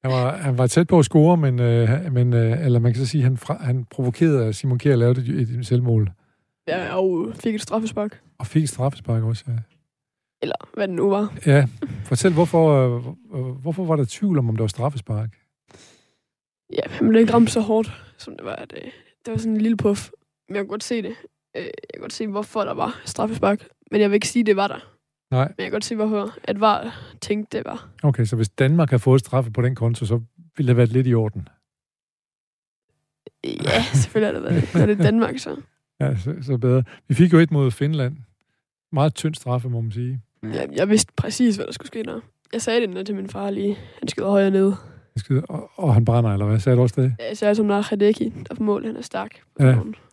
[SPEAKER 1] Han var, han var tæt på at score, men, øh, men øh, eller man kan så sige, han, fra, han provokerede Simon Kjær lavede et, et selvmål.
[SPEAKER 3] Ja, og fik et straffespark.
[SPEAKER 1] Og fik et straffespark også, ja.
[SPEAKER 3] Eller hvad det nu var.
[SPEAKER 1] ja. Fortæl, hvorfor, øh, hvor- hvorfor var der tvivl om, om det var straffespark?
[SPEAKER 3] Ja, han blev ikke ramt så hårdt, som det var, at øh, Det var sådan en lille puff. Men jeg kunne godt se det. Øh, Jeg kunne godt se, hvorfor der var straffespark. Men jeg vil ikke sige, det var der.
[SPEAKER 1] Nej.
[SPEAKER 3] Men jeg kan godt se, hvorfor at var tænkte, det var.
[SPEAKER 1] Okay, så hvis Danmark havde fået straffe på den konto, så ville det have været lidt i orden.
[SPEAKER 3] Ja, selvfølgelig har det været det. Når det er Danmark, så.
[SPEAKER 1] Ja, så, så bedre. Vi fik jo et mod Finland. Meget tynd straffe, må man sige.
[SPEAKER 3] Jeg, jeg vidste præcis, hvad der skulle ske der. Jeg sagde det endda til min far lige. Han skyder højre ned.
[SPEAKER 1] Han skyder, og, og han brænder, eller hvad? Sagde du også det?
[SPEAKER 3] Jeg sagde som Nara Khadeki, der på mål, han er stærk.
[SPEAKER 1] Ja.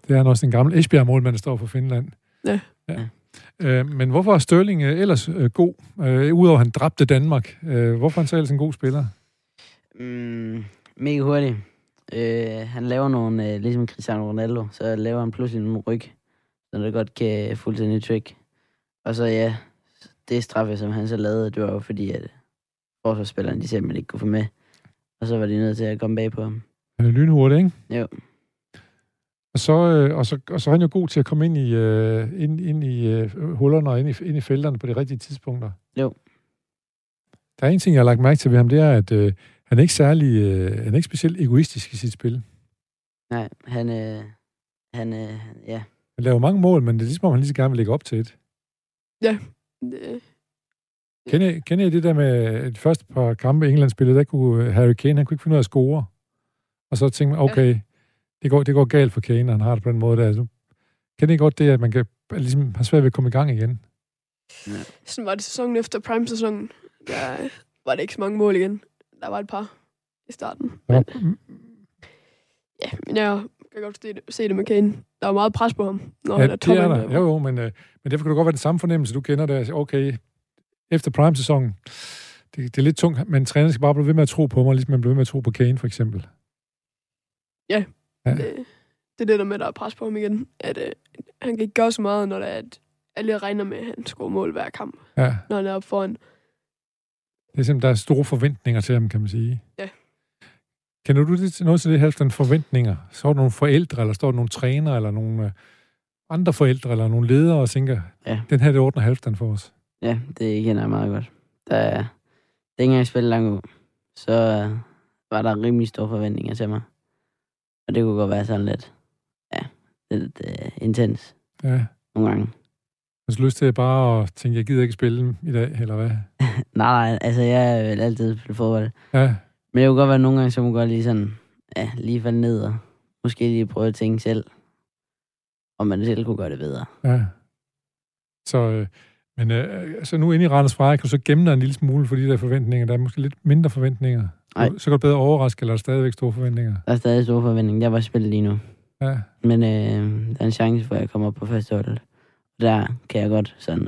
[SPEAKER 1] Det er han også en gammel Esbjerg-målmand, der står for Finland.
[SPEAKER 3] Ja.
[SPEAKER 1] ja. Øh, men hvorfor er Størling øh, ellers øh, god? Øh, Udover at han dræbte Danmark. Øh, hvorfor er han så ellers en god spiller?
[SPEAKER 2] Mm, mega hurtig. Øh, han laver nogle, øh, ligesom Cristiano Ronaldo, så laver han pludselig nogle ryg, så det godt kan fuldstændig trick. Og så ja, det straffe, som han så lavede, det var jo fordi, at forsvarsspillerne, de simpelthen ikke kunne få med. Og så var de nødt til at komme bag på ham.
[SPEAKER 1] Han er lynhurtig, ikke?
[SPEAKER 2] Jo.
[SPEAKER 1] Og så, øh, og, så, og så er han jo god til at komme ind i, øh, ind, ind i øh, hullerne og ind i, ind i felterne på de rigtige tidspunkter.
[SPEAKER 2] Jo.
[SPEAKER 1] Der er en ting, jeg har lagt mærke til ved ham, det er, at øh, han er ikke særlig, øh, han er ikke specielt egoistisk i sit spil.
[SPEAKER 2] Nej, han, øh, han, øh, han- ja.
[SPEAKER 1] Han laver mange mål, men det er ligesom, om han lige så gerne vil lægge op til et.
[SPEAKER 3] Det,
[SPEAKER 1] Kender, I- kender I det der med de første par kampe, England spillede, der kunne øh, Harry Kane, han kunne ikke finde ud af at score. Og så tænkte man, okay, det går, det går galt for Kane, og han har det på den måde der. Så, kender I godt det, at man kan, at ligesom, har svært ved at komme i gang igen?
[SPEAKER 3] sådan var det sæsonen efter Prime-sæsonen. Der var det ikke så mange mål igen. Der var et par i starten.
[SPEAKER 1] Der var,
[SPEAKER 3] Men, ja, men jeg kan godt se det, se det med Kane. Der var meget pres på ham, når
[SPEAKER 1] ja,
[SPEAKER 3] han er
[SPEAKER 1] det er der.
[SPEAKER 3] topangriber.
[SPEAKER 1] Jo, jo, men, øh, men derfor kan du godt være den samme fornemmelse, du kender der. Altså, Okay, efter Prime-sæsonen, det, det er lidt tungt, men træneren skal bare blive ved med at tro på mig, ligesom man blev ved med at tro på Kane, for eksempel.
[SPEAKER 3] det, det er det der med, at der er pres på ham igen. At øh, han kan ikke gøre så meget, når der er, at alle regner med, at han scorer mål hver kamp,
[SPEAKER 1] Ja.
[SPEAKER 3] når han er oppe foran.
[SPEAKER 1] Det er simpelthen, der er store forventninger til ham, kan man sige.
[SPEAKER 3] Ja.
[SPEAKER 1] Kender du det, til- noget til det, Halvdan? Forventninger? Står der nogle forældre, eller står der nogle trænere, eller nogle øh, andre forældre, eller nogle ledere, og tænker,
[SPEAKER 2] Ja.
[SPEAKER 1] den her, det ordner Halvdan for os.
[SPEAKER 2] Ja, det kender jeg meget godt. Der, er- dengang jeg spillede langt ud, så øh, var der rimelig store forventninger til mig. Og det kunne godt være sådan lidt, ja, lidt uh, intens
[SPEAKER 1] Ja.
[SPEAKER 2] nogle gange.
[SPEAKER 1] Har du lyst til bare at tænke, jeg gider ikke spille i dag, eller hvad?
[SPEAKER 2] Nej, nej, altså jeg vil altid spille fodbold.
[SPEAKER 1] Ja,
[SPEAKER 2] Men det kunne godt være nogle gange, så man godt lige sådan, ja, lige falde ned og måske lige prøve at tænke selv, om man selv kunne gøre det bedre.
[SPEAKER 1] ja. Så, øh, men øh, så nu inde i Randers Freja, kan du så gemme dig en lille smule for de der forventninger? Der er måske lidt mindre forventninger.
[SPEAKER 2] Nej.
[SPEAKER 1] Så kan du bedre overraske, eller er der stadigvæk store forventninger?
[SPEAKER 2] Der er stadig store forventninger. Jeg var spillet lige nu.
[SPEAKER 1] Ja.
[SPEAKER 2] Men øh, der er en chance for, at jeg kommer op på første hold. Der kan jeg godt sådan...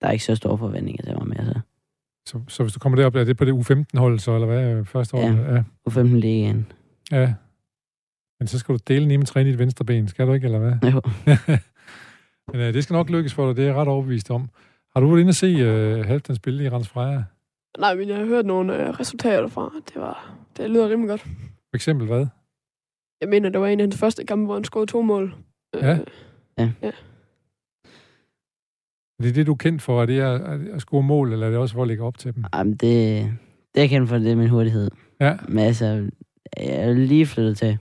[SPEAKER 2] Der er ikke så store forventninger til mig mere, så...
[SPEAKER 1] Så, så hvis du kommer derop, er det på det U15-hold, så, eller hvad? øh, Første år?
[SPEAKER 2] Ja.
[SPEAKER 1] ja.
[SPEAKER 2] U15 ligaen.
[SPEAKER 1] Ja. Men så skal du dele nemme træne i dit venstre ben, skal du ikke, eller hvad?
[SPEAKER 2] Jo.
[SPEAKER 1] Men øh, det skal nok lykkes for dig, det er jeg ret overbevist om. Har du været inde og se øh, Halvdan spille i Rans Freja?
[SPEAKER 3] Nej, men jeg har hørt nogle øh, resultater derfra. Det, var, det lyder rimelig godt.
[SPEAKER 1] For eksempel hvad?
[SPEAKER 3] Jeg mener, det var en af hans første kampe, hvor han scorede to mål. Øh,
[SPEAKER 1] Ja. Er det det, du er kendt for? Er det at, er det at score mål, eller er det også for at lægge op til dem?
[SPEAKER 2] Jamen, det, det jeg kender for, det er min hurtighed.
[SPEAKER 1] Ja.
[SPEAKER 2] Men altså, jeg er jo lige flyttet til.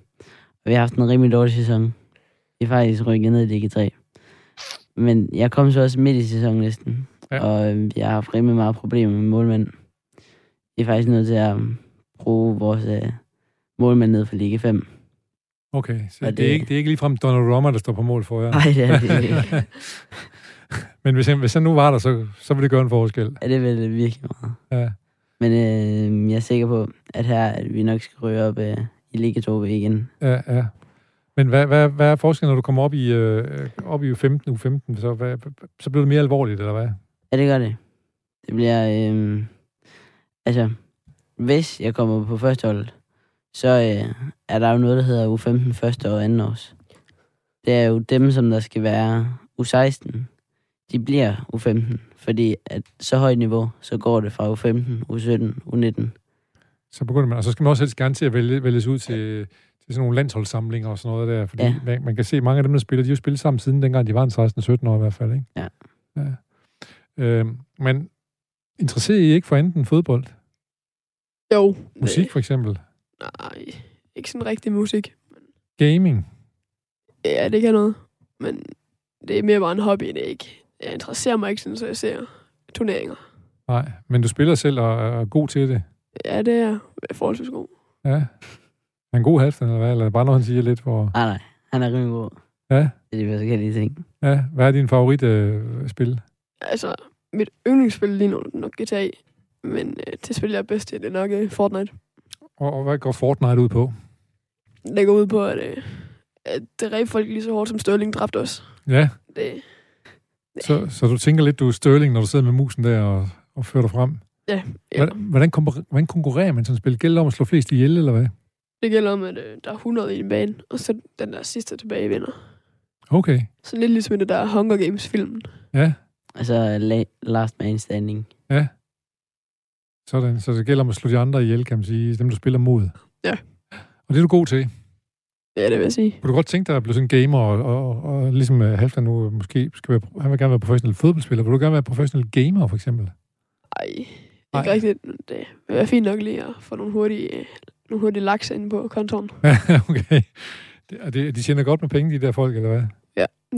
[SPEAKER 2] Og vi har haft en rimelig dårlig sæson. Vi er faktisk rykket ned i Liga 3. Men jeg kom så også midt i sæsonen næsten.
[SPEAKER 1] Ja.
[SPEAKER 2] Ja. Og øh, jeg har haft rimelig meget problemer med målmænd. Vi er faktisk nødt til at øh, bruge vores øh, målmænd ned for Liga 5.
[SPEAKER 1] Okay, så
[SPEAKER 2] Og
[SPEAKER 1] det, det, er
[SPEAKER 2] det-
[SPEAKER 1] ikke, det er ikke ligefrem Donnarumma, der står på mål for jer.
[SPEAKER 2] Nej, det er det ikke.
[SPEAKER 1] Men hvis han, hvis han nu var der, så, så ville det gøre en forskel.
[SPEAKER 2] Ja, det vil det virkelig meget.
[SPEAKER 1] Ja.
[SPEAKER 2] Men øh, jeg er sikker på, at her at vi nok skal ryge op øh, i Liga 2 igen.
[SPEAKER 1] Ja, ja. Men hvad, hvad, hvad er forskellen, når du kommer op i, øh, op i U15, U15? Så, hvad, så bliver det mere alvorligt, eller hvad?
[SPEAKER 2] Ja, det gør det. Det bliver... Øh, altså, hvis jeg kommer på førsteholdet, så øh, er der jo noget, der hedder U15 første og anden års. Det er jo dem, som der skal være U16. De bliver U15, fordi at så højt niveau, så går det fra U15, U17, U19.
[SPEAKER 1] Så begynder man, og så skal man også helst gerne til at vælge, vælges ud til, til sådan nogle landsholdssamlinger og sådan noget der, fordi ja.
[SPEAKER 2] Ja.
[SPEAKER 1] man, man kan se, at mange af dem, der spiller, de har jo spillet sammen siden dengang, de var en 16-17 år i hvert fald, ikke?
[SPEAKER 2] Ja.
[SPEAKER 1] ja. Øhm, men interesserer I ikke for enten fodbold?
[SPEAKER 3] Jo.
[SPEAKER 1] Musik for eksempel?
[SPEAKER 3] Øh, nej, ikke sådan rigtig musik.
[SPEAKER 1] Gaming?
[SPEAKER 3] Ja, det kan noget. Men det er mere bare en hobby, det er ikke. Jeg interesserer mig ikke, sådan, så jeg ser turneringer.
[SPEAKER 1] Nej, men du spiller selv og er god til det.
[SPEAKER 3] Ja, det er jeg forholdsvis god.
[SPEAKER 1] Ja. Er en god halvstand, eller hvad? Eller er det bare noget, han siger lidt for...
[SPEAKER 2] Ah, Nej, nej. Han er rimelig god.
[SPEAKER 1] Ja.
[SPEAKER 2] Det er de forskellige ting.
[SPEAKER 1] Ja, hvad er din favorit øh, spil?
[SPEAKER 3] Altså, mit yndlingsspil lige nu er nok GTA, men øh, det spil, jeg er bedst til, det er nok øh, Fortnite.
[SPEAKER 1] Og, og hvad går Fortnite ud på?
[SPEAKER 3] Det går ud på, at, øh, at det ræb folk lige så hårdt, som Sterling dræbte os.
[SPEAKER 1] Ja,
[SPEAKER 3] Det,
[SPEAKER 1] så, så du tænker lidt, du er Sterling, når du sidder med musen der og, og fører dig frem.
[SPEAKER 3] ja, ja.
[SPEAKER 1] Hvordan, hvordan, konkurre- hvordan konkurrerer man sådan et spil? Gælder det om at slå flest ihjel, eller hvad?
[SPEAKER 3] det gælder om, at øh, der er 100 i en bane, og så den der sidste tilbage vinder.
[SPEAKER 1] Okay,
[SPEAKER 3] Så lidt ligesom i det der Hunger Games-filmen.
[SPEAKER 1] ja,
[SPEAKER 2] Og så øh, la- Last Man Standing.
[SPEAKER 1] sådan. Så det gælder om at slå de andre ihjel, kan man sige. Dem, du spiller mod.
[SPEAKER 3] Ja.
[SPEAKER 1] Og det er du god til.
[SPEAKER 3] Ja, det vil jeg sige.
[SPEAKER 1] Kunne du godt tænke dig at blive sådan en gamer, og, og, og ligesom øh, Halfdan nu øh, måske skal være, han vil gerne være professionel fodboldspiller. Vil du gerne være professionel gamer, for eksempel?
[SPEAKER 3] Ej,
[SPEAKER 1] Ej.
[SPEAKER 3] ikke Ej. rigtigt. Det vil være fint nok lige at få nogle hurtige, øh, nogle hurtige laks ind på kontoren.
[SPEAKER 1] Ja, okay. Det, og det, de tjener godt med penge, de der folk, eller hvad?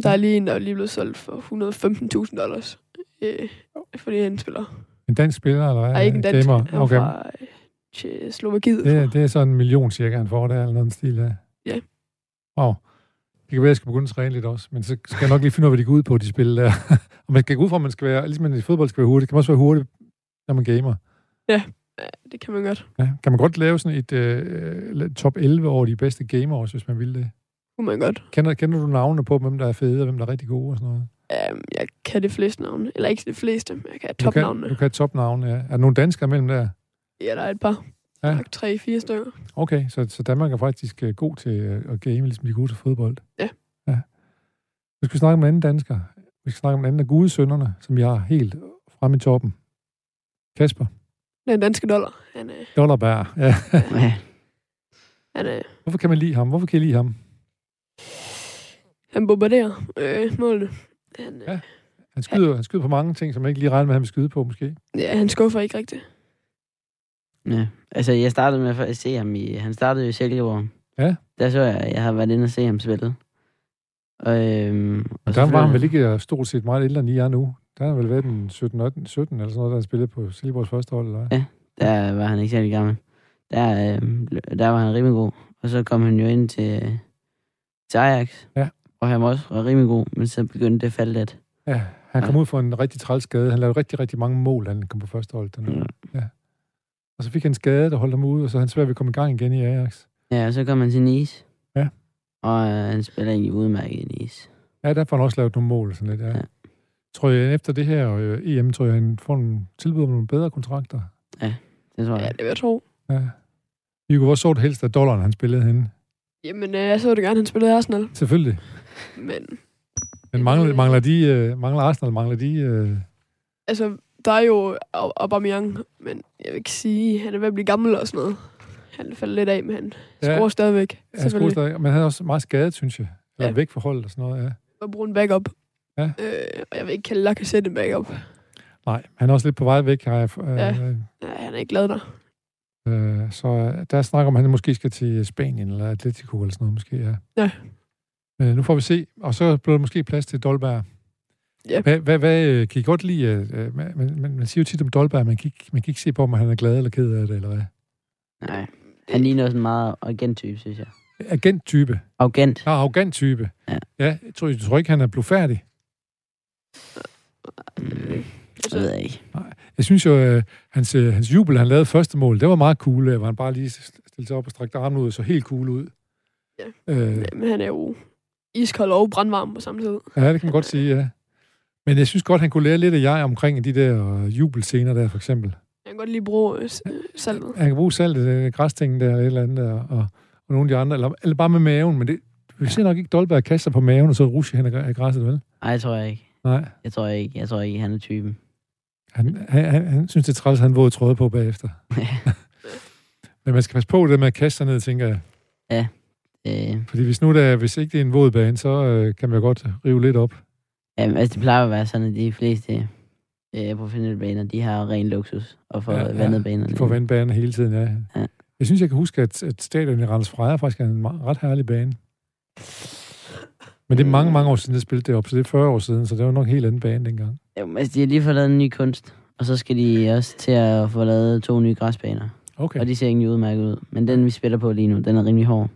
[SPEAKER 3] Der er lige en, der er lige blevet solgt for 115.000 dollars. Øh, fordi han spiller.
[SPEAKER 1] En dansk spiller, eller hvad?
[SPEAKER 3] Ej, ikke en dansk.
[SPEAKER 1] Gamer.
[SPEAKER 3] Han er
[SPEAKER 1] Okay.
[SPEAKER 3] fra øh, Tje- Slovakiet.
[SPEAKER 1] Det, er- det er sådan en million cirka, han får der, eller noget i den stil der.
[SPEAKER 3] Ja.
[SPEAKER 1] Wow. Det kan være, at jeg skal begynde at træne lidt også, men så skal jeg nok lige finde ud af, hvad de går ud på, de spil der. og man skal gå ud fra, at man skal være, ligesom man i fodbold skal være hurtig, kan man også være hurtig, når man gamer.
[SPEAKER 3] Ja, det kan man godt.
[SPEAKER 1] Ja. Kan man godt lave sådan et øh, top 11 over de bedste gamer også, hvis man vil det?
[SPEAKER 3] Kunne man godt.
[SPEAKER 1] Kender, kender du navnene på, hvem der er fede, og hvem der er rigtig gode og sådan noget?
[SPEAKER 3] Um, jeg kan de fleste navne. Eller ikke de fleste, men jeg kan
[SPEAKER 1] Du kan,
[SPEAKER 3] topnavnene.
[SPEAKER 1] du kan topnavne, ja. Er der nogle danskere mellem der?
[SPEAKER 3] Ja, der er et par.
[SPEAKER 1] Ja.
[SPEAKER 3] Ja. Tre, fire stykker.
[SPEAKER 1] Okay, så, så Danmark er faktisk øh, god til øh, at game, ligesom de er gode til fodbold.
[SPEAKER 3] Ja.
[SPEAKER 1] ja. Nu skal vi snakke om en anden dansker. Vi skal snakke om en anden af gudesønderne, som jeg har helt fremme i toppen. Kasper
[SPEAKER 3] Den danske dollar. Han, øh,
[SPEAKER 1] Dollerberg. Ja.
[SPEAKER 2] Ja.
[SPEAKER 3] han, øh,
[SPEAKER 1] Hvorfor kan man lide ham? Hvorfor kan jeg lide ham?
[SPEAKER 3] han bombarderer øh, målene. Han, øh,
[SPEAKER 1] Ja. Han skyder, han skyder på mange ting, som man ikke lige regner med, at han vil skyde på, måske.
[SPEAKER 3] ja, han skuffer ikke rigtigt.
[SPEAKER 2] ja. Altså, jeg startede med at se ham i... Han startede jo i Silkeborg.
[SPEAKER 1] Ja.
[SPEAKER 2] Der så jeg, jeg har været inde og se ham spille. Øhm, Og, øhm, og
[SPEAKER 1] Der
[SPEAKER 2] så
[SPEAKER 1] var
[SPEAKER 2] flyttede-
[SPEAKER 1] han vel ikke øh, stort set meget ældre, end I er nu. Der har han vel været den 17, 18, 17 eller sådan noget, der han spillede på Silkeborgs første hold, eller hvad?
[SPEAKER 2] Der var han ikke særlig gammel. Der, øhm, der var han rimelig god. Og så kom han jo ind til, øh, til Ajax.
[SPEAKER 1] Ja.
[SPEAKER 2] Og han var også var rimelig god, men så begyndte det at falde lidt.
[SPEAKER 1] Ja, han kom
[SPEAKER 2] Ja.
[SPEAKER 1] ud for en rigtig træls skade. Han lavede rigtig, rigtig mange mål, da han kom på første hold. Den. Ja. Og så fik han en skade, der holdt ham ude, og så er han svært ved at komme i gang igen i Ajax.
[SPEAKER 2] Ja, og så kom han til Nice.
[SPEAKER 1] Ja.
[SPEAKER 2] Og øh, han spiller egentlig udmærket i Nice.
[SPEAKER 1] Ja, der får han også lavet nogle mål. Sådan lidt, ja.
[SPEAKER 2] Ja.
[SPEAKER 1] ja. Tror jeg, efter det her øh, EM, tror jeg, han får nogle tilbud om nogle bedre kontrakter.
[SPEAKER 2] Det tror
[SPEAKER 3] Ja,
[SPEAKER 2] jeg.
[SPEAKER 3] det vil jeg tro.
[SPEAKER 1] Ja. Hugo, hvor så du helst, at dollaren han spillede henne?
[SPEAKER 3] Jamen, øh, jeg så det gerne, han spillede i Arsenal.
[SPEAKER 1] Selvfølgelig.
[SPEAKER 3] Men
[SPEAKER 1] Men mangler, mangler, de, øh, mangler Arsenal, mangler de... Øh,
[SPEAKER 3] altså, der er jo Au- Aubameyang, men jeg vil ikke sige, han er ved at blive gammel og sådan noget. Han falder lidt af, men han ja. scorer stadigvæk.
[SPEAKER 1] han skulle stadig, men han er også meget skadet, synes jeg. Eller
[SPEAKER 3] Ja.
[SPEAKER 1] væk fra holdet og sådan noget, ja.
[SPEAKER 3] Og bruge en backup.
[SPEAKER 1] Ja.
[SPEAKER 3] Øh, og jeg vil ikke kalde Lacazette en backup.
[SPEAKER 1] Nej, han er også lidt på vej væk, har jeg... Øh,
[SPEAKER 3] Ja.
[SPEAKER 1] ja.
[SPEAKER 3] Nej, han er ikke glad der.
[SPEAKER 1] Øh, så øh, der snakker om, at han måske skal til øh, Spanien eller Atletico eller sådan noget måske, ja.
[SPEAKER 3] Ja.
[SPEAKER 1] Øh, nu får vi se, og så bliver der måske plads til Dolberg.
[SPEAKER 3] Ja.
[SPEAKER 1] Hvad, hvad, hvad øh, kan I godt lide? Øh, man, man, man- man siger jo tit om Dolberg, man kan, ikke, man kan ikke se på, om han er glad eller ked af det, eller hvad?
[SPEAKER 2] Nej. Han ligner også en meget arrogant type, synes jeg.
[SPEAKER 1] Agent-type.
[SPEAKER 2] Arrogant.
[SPEAKER 1] Ja, arrogant-type.
[SPEAKER 2] Ja.
[SPEAKER 1] ja jeg, tror, jeg tror ikke, han er blufærdig.
[SPEAKER 2] Mm, det ved jeg ikke.
[SPEAKER 1] Jeg synes jo, øh, hans, øh, hans jubel, han lavede første mål, det var meget cool, øh, hvor han bare lige stillede sig op og strakte armen ud og så helt cool ud.
[SPEAKER 3] Ja.
[SPEAKER 1] Øh,
[SPEAKER 3] Men han er jo iskold og brandvarm på samme tid.
[SPEAKER 1] Ja, det kan man godt sige, ja. Men jeg synes godt, han kunne lære lidt af jeg omkring de der øh, jubelscener der, for eksempel.
[SPEAKER 3] Han kan godt lige bruge øh, s- øh, saltet.
[SPEAKER 1] Han kan bruge saltet, øh, græstingen der, eller et eller andet der, og, og nogle af de andre, eller, eller bare med maven, men det, vi ser nok ikke Dolberg kaste sig på maven, og så rushe hen af græsset, vel?
[SPEAKER 2] Nej, det tror jeg ikke.
[SPEAKER 1] Nej.
[SPEAKER 2] Jeg tror ikke, jeg tror ikke han er typen.
[SPEAKER 1] Han, han, han, han synes, det er træls, at han våde trøje på bagefter.
[SPEAKER 2] Ja.
[SPEAKER 1] Men man skal passe på det med at kaste sig ned, tænker jeg.
[SPEAKER 2] Øh,
[SPEAKER 1] Fordi hvis nu der, hvis ikke det er en våd bane, så øh, kan man jo godt rive lidt op.
[SPEAKER 2] jamen, altså, det plejer at være sådan, at de fleste øh, professionelle baner, de har ren luksus og får
[SPEAKER 1] Ja,
[SPEAKER 2] ja,
[SPEAKER 1] ja.
[SPEAKER 2] vandet banerne.
[SPEAKER 1] På vandbanen hele tiden, ja.
[SPEAKER 2] Ja.
[SPEAKER 1] Jeg synes, jeg kan huske, at, at stadion i Randers Freja faktisk er en meget- ret herlig bane. Men det er mange, mange år siden, jeg spillede det op, så det er 40 år siden, så det var nok en helt anden bane dengang.
[SPEAKER 2] Jo, men altså, de har lige fået lavet en ny kunst, og så skal de også til at få lavet to nye græsbaner.
[SPEAKER 1] Okay,
[SPEAKER 2] Og de ser egentlig udmærket ud. Men den, vi spiller på lige nu, den er rimelig hård.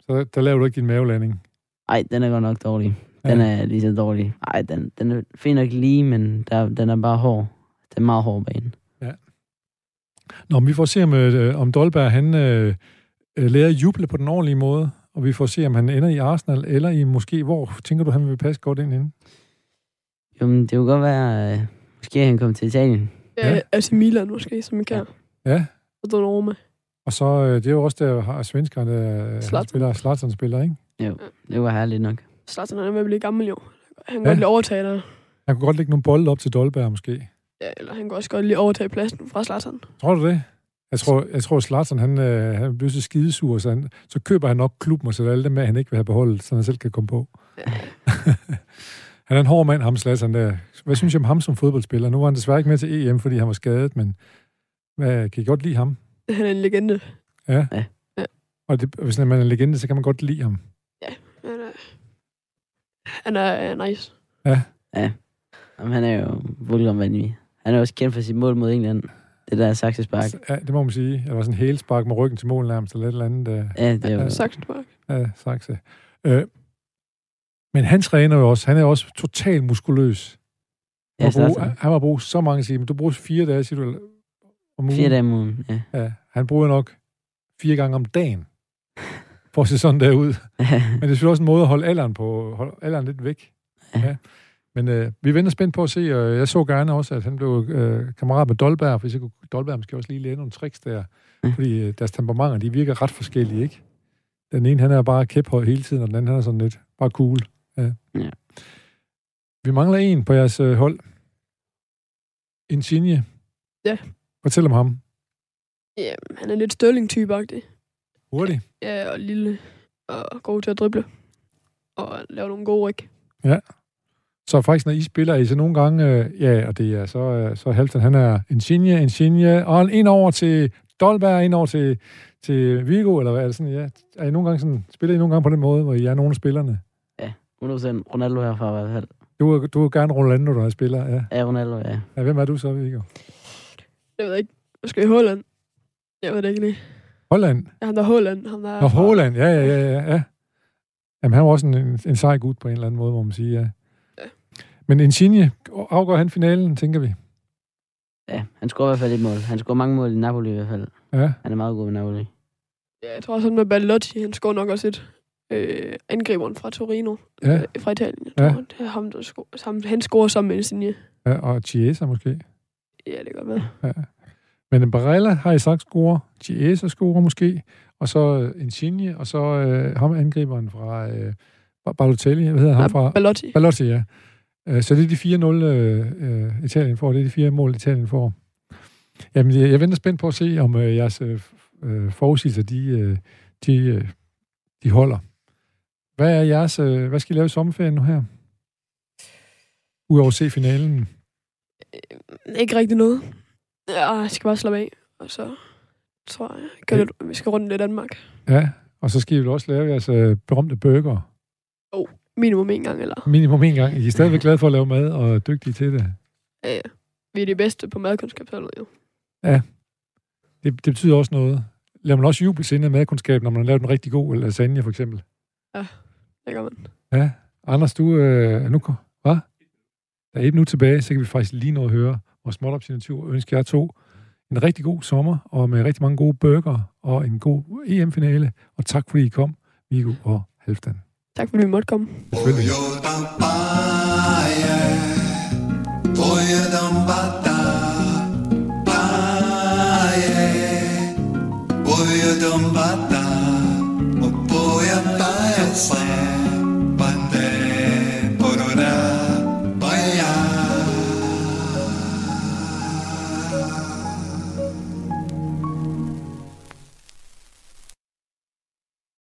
[SPEAKER 1] så der laver du ikke din mavelanding.
[SPEAKER 2] Ej, den er godt nok dårlig. Den
[SPEAKER 1] Ja.
[SPEAKER 2] er lige så dårlig. Ej, den, den er fin nok lige, men der, den er bare hård. Den er meget hård bane.
[SPEAKER 1] Nå, men vi får se, om, øh, om Dolberg, han øh, øh, lærer at juble på den ordentlige måde, og vi får se, om han ender i Arsenal, eller i måske, hvor tænker du, han vil passe godt ind inden?
[SPEAKER 2] Jo, men det kunne godt være, øh, måske han kom til Italien.
[SPEAKER 1] Ja.
[SPEAKER 3] Ja. Altså Milan måske, som man kan.
[SPEAKER 1] Ja,
[SPEAKER 3] Og Donnarumma.
[SPEAKER 1] og så, øh, det er jo også der, har svenskerne øh, han
[SPEAKER 3] Zlatan.
[SPEAKER 1] spiller, Zlatan spiller, ikke?
[SPEAKER 2] Det var herligt nok.
[SPEAKER 3] Zlatan, han er ved at blive gammel jo. Han kan
[SPEAKER 1] Ja.
[SPEAKER 3] ja. godt lige overtage dig.
[SPEAKER 1] Han kunne godt lægge nogle bolde op til Dolberg, måske.
[SPEAKER 3] Ja, eller han kan også godt lige overtage pladsen fra Zlatan.
[SPEAKER 1] Tror du det? Jeg tror, jeg tror Zlatan, han, øh, han bliver så skidesur, så, han, så køber han nok klubben og sætter alle dem med, han ikke vil have beholdet, så han selv kan komme på. han er en hård mand, ham Zlatan der. Hvad synes jeg om ham som fodboldspiller? Nu var han desværre ikke med til EM, fordi han var skadet, men hvad, kan I godt lide ham?
[SPEAKER 3] Han er en legende.
[SPEAKER 1] Og det, hvis man er en legende, så kan man godt lide ham.
[SPEAKER 3] Han er, han er øh, nice.
[SPEAKER 2] Jamen, han er jo voldsomt vanvittig. Han er også kendt for sit mål mod England. Det der saksespark.
[SPEAKER 1] Ja, det må man sige. Det var sådan en hælspark med ryggen til mål nærmest, eller et eller andet. Øh.
[SPEAKER 2] Ja, det er jo...
[SPEAKER 3] Saksmark.
[SPEAKER 1] af Saxe. Øh, men han træner jo også. Han er også totalt muskuløs. Han,
[SPEAKER 2] Ja,
[SPEAKER 1] må bruge,
[SPEAKER 2] Zlatan.
[SPEAKER 1] han har brugt så mange timer. Du bruger fire dage, siger du, eller- om ugen.
[SPEAKER 2] Fire dage om ugen, ja.
[SPEAKER 1] Ja, han bruger nok fire gange om dagen for at se sådan der ud. Men det er selvfølgelig også en måde at holde alderen, på, holde alderen lidt væk.
[SPEAKER 2] Ja.
[SPEAKER 1] Ja. Men øh, vi venter spændt på at se, og jeg så gerne også, at han blev øh, kammerat med Dolberg, for så kunne Dolberg måske også lige lære nogle tricks der,
[SPEAKER 2] Ja.
[SPEAKER 1] fordi øh, deres temperamenter, de virker ret forskellige, ikke? Den ene, han er bare kæphøj hele tiden, og den anden, han er sådan lidt bare cool. Ja.
[SPEAKER 2] Ja.
[SPEAKER 1] Vi mangler en på jeres øh, hold. Insigne.
[SPEAKER 3] Ja.
[SPEAKER 1] Fortæl om ham.
[SPEAKER 3] Ja, han er lidt størling type -agtig.
[SPEAKER 1] Hurtigt.
[SPEAKER 3] Ja, og lille. Og god til at drible. Og lave nogle gode ryg.
[SPEAKER 1] Så faktisk, når I spiller, er I så nogle gange, øh, ja, og det er så, øh, så Halvdan, han er Insigne, Insigne, og ind over til Dolberg, ind over til, til Vigo, eller hvad, eller sådan, ja. Er I nogle gange sådan, spiller I nogle gange på den måde, hvor I er nogle af spillerne?
[SPEAKER 2] 100% Ronaldo herfra i hvert fald.
[SPEAKER 1] Du, er- du er gerne Rolando, der er spiller, ja.
[SPEAKER 2] Ja, Ronaldo, ja.
[SPEAKER 1] ja. Hvem er du så, Vigo?
[SPEAKER 3] Jeg ved ikke. Måske i Holland. Jeg ved det ikke lige.
[SPEAKER 1] Holland.
[SPEAKER 3] Ja, han der Holland. Han der
[SPEAKER 1] Nå, Holland, ja, ja, ja, ja, ja. Jamen, han var også en, en, en sej gut på en eller anden måde, må man sige, ja. Men Insigne, afgår han finalen, tænker vi?
[SPEAKER 2] Ja, han scorer i hvert fald et mål. Han scorer mange mål i Napoli i hvert fald.
[SPEAKER 1] Ja.
[SPEAKER 2] Han er meget god med Napoli.
[SPEAKER 3] Ja, jeg tror også, han med Balotti. Han scorer nok også et øh, angriberen fra Torino.
[SPEAKER 1] Ja.
[SPEAKER 3] Øh, fra Italien. Jeg
[SPEAKER 1] Ja.
[SPEAKER 3] tror, det er ham, der scorer. Ham, han scorer sammen med Insigne.
[SPEAKER 1] ja og Chiesa måske?
[SPEAKER 3] Ja, det kan godt være.
[SPEAKER 1] Men Barella har I sagt scorer, Chiesa scorer måske, og så øh, Insigne, og så øh, ham angriberen fra øh, Bar- Balotelli, hvad hedder han fra?
[SPEAKER 3] Balotti.
[SPEAKER 1] Balotti, ja. Øh, Så det er de 4-0, øh, øh, Italien får. Det er de fire mål, Italien får. Jamen, jeg, jeg venter spændt på at se, om øh, jeres øh, øh, forudsigelser, de, øh, de, øh, de holder. Hvad er jeres... Øh, hvad skal I lave i sommerferien nu her? Udover at se finalen.
[SPEAKER 3] Ikke rigtig noget. Ja, jeg skal bare slappe af. Og så tror jeg, jeg kan
[SPEAKER 1] Ja.
[SPEAKER 3] lidt, vi skal rundt lidt Danmark.
[SPEAKER 1] Ja, og så skal I vel også lave jeres øh, berømte burger.
[SPEAKER 3] Minimum en gang, eller?
[SPEAKER 1] Minimum en gang. I er stadigvæk glade for at lave mad og er dygtige til det.
[SPEAKER 3] Ja, ja. Vi er de bedste på madkundskabsholdet, jo.
[SPEAKER 1] Det, det betyder også noget. Lad man også juble sinde af madkundskab, når man har lavet en rigtig god lasagne, for eksempel.
[SPEAKER 3] Det gør man.
[SPEAKER 1] Ja. Anders, du øh, nu... ko- Hvad? Der er et nu tilbage, så kan vi faktisk lige nå at høre vores småtopsignatur. Ønsker jer to en rigtig god sommer, og med rigtig mange gode burger, og en god E EM-finale. Og tak fordi I kom, Viggo og Halvdan.
[SPEAKER 3] Tak fordi vi måtte komme.
[SPEAKER 1] Selvfølgelig.
[SPEAKER 4] Yo, bam, bam.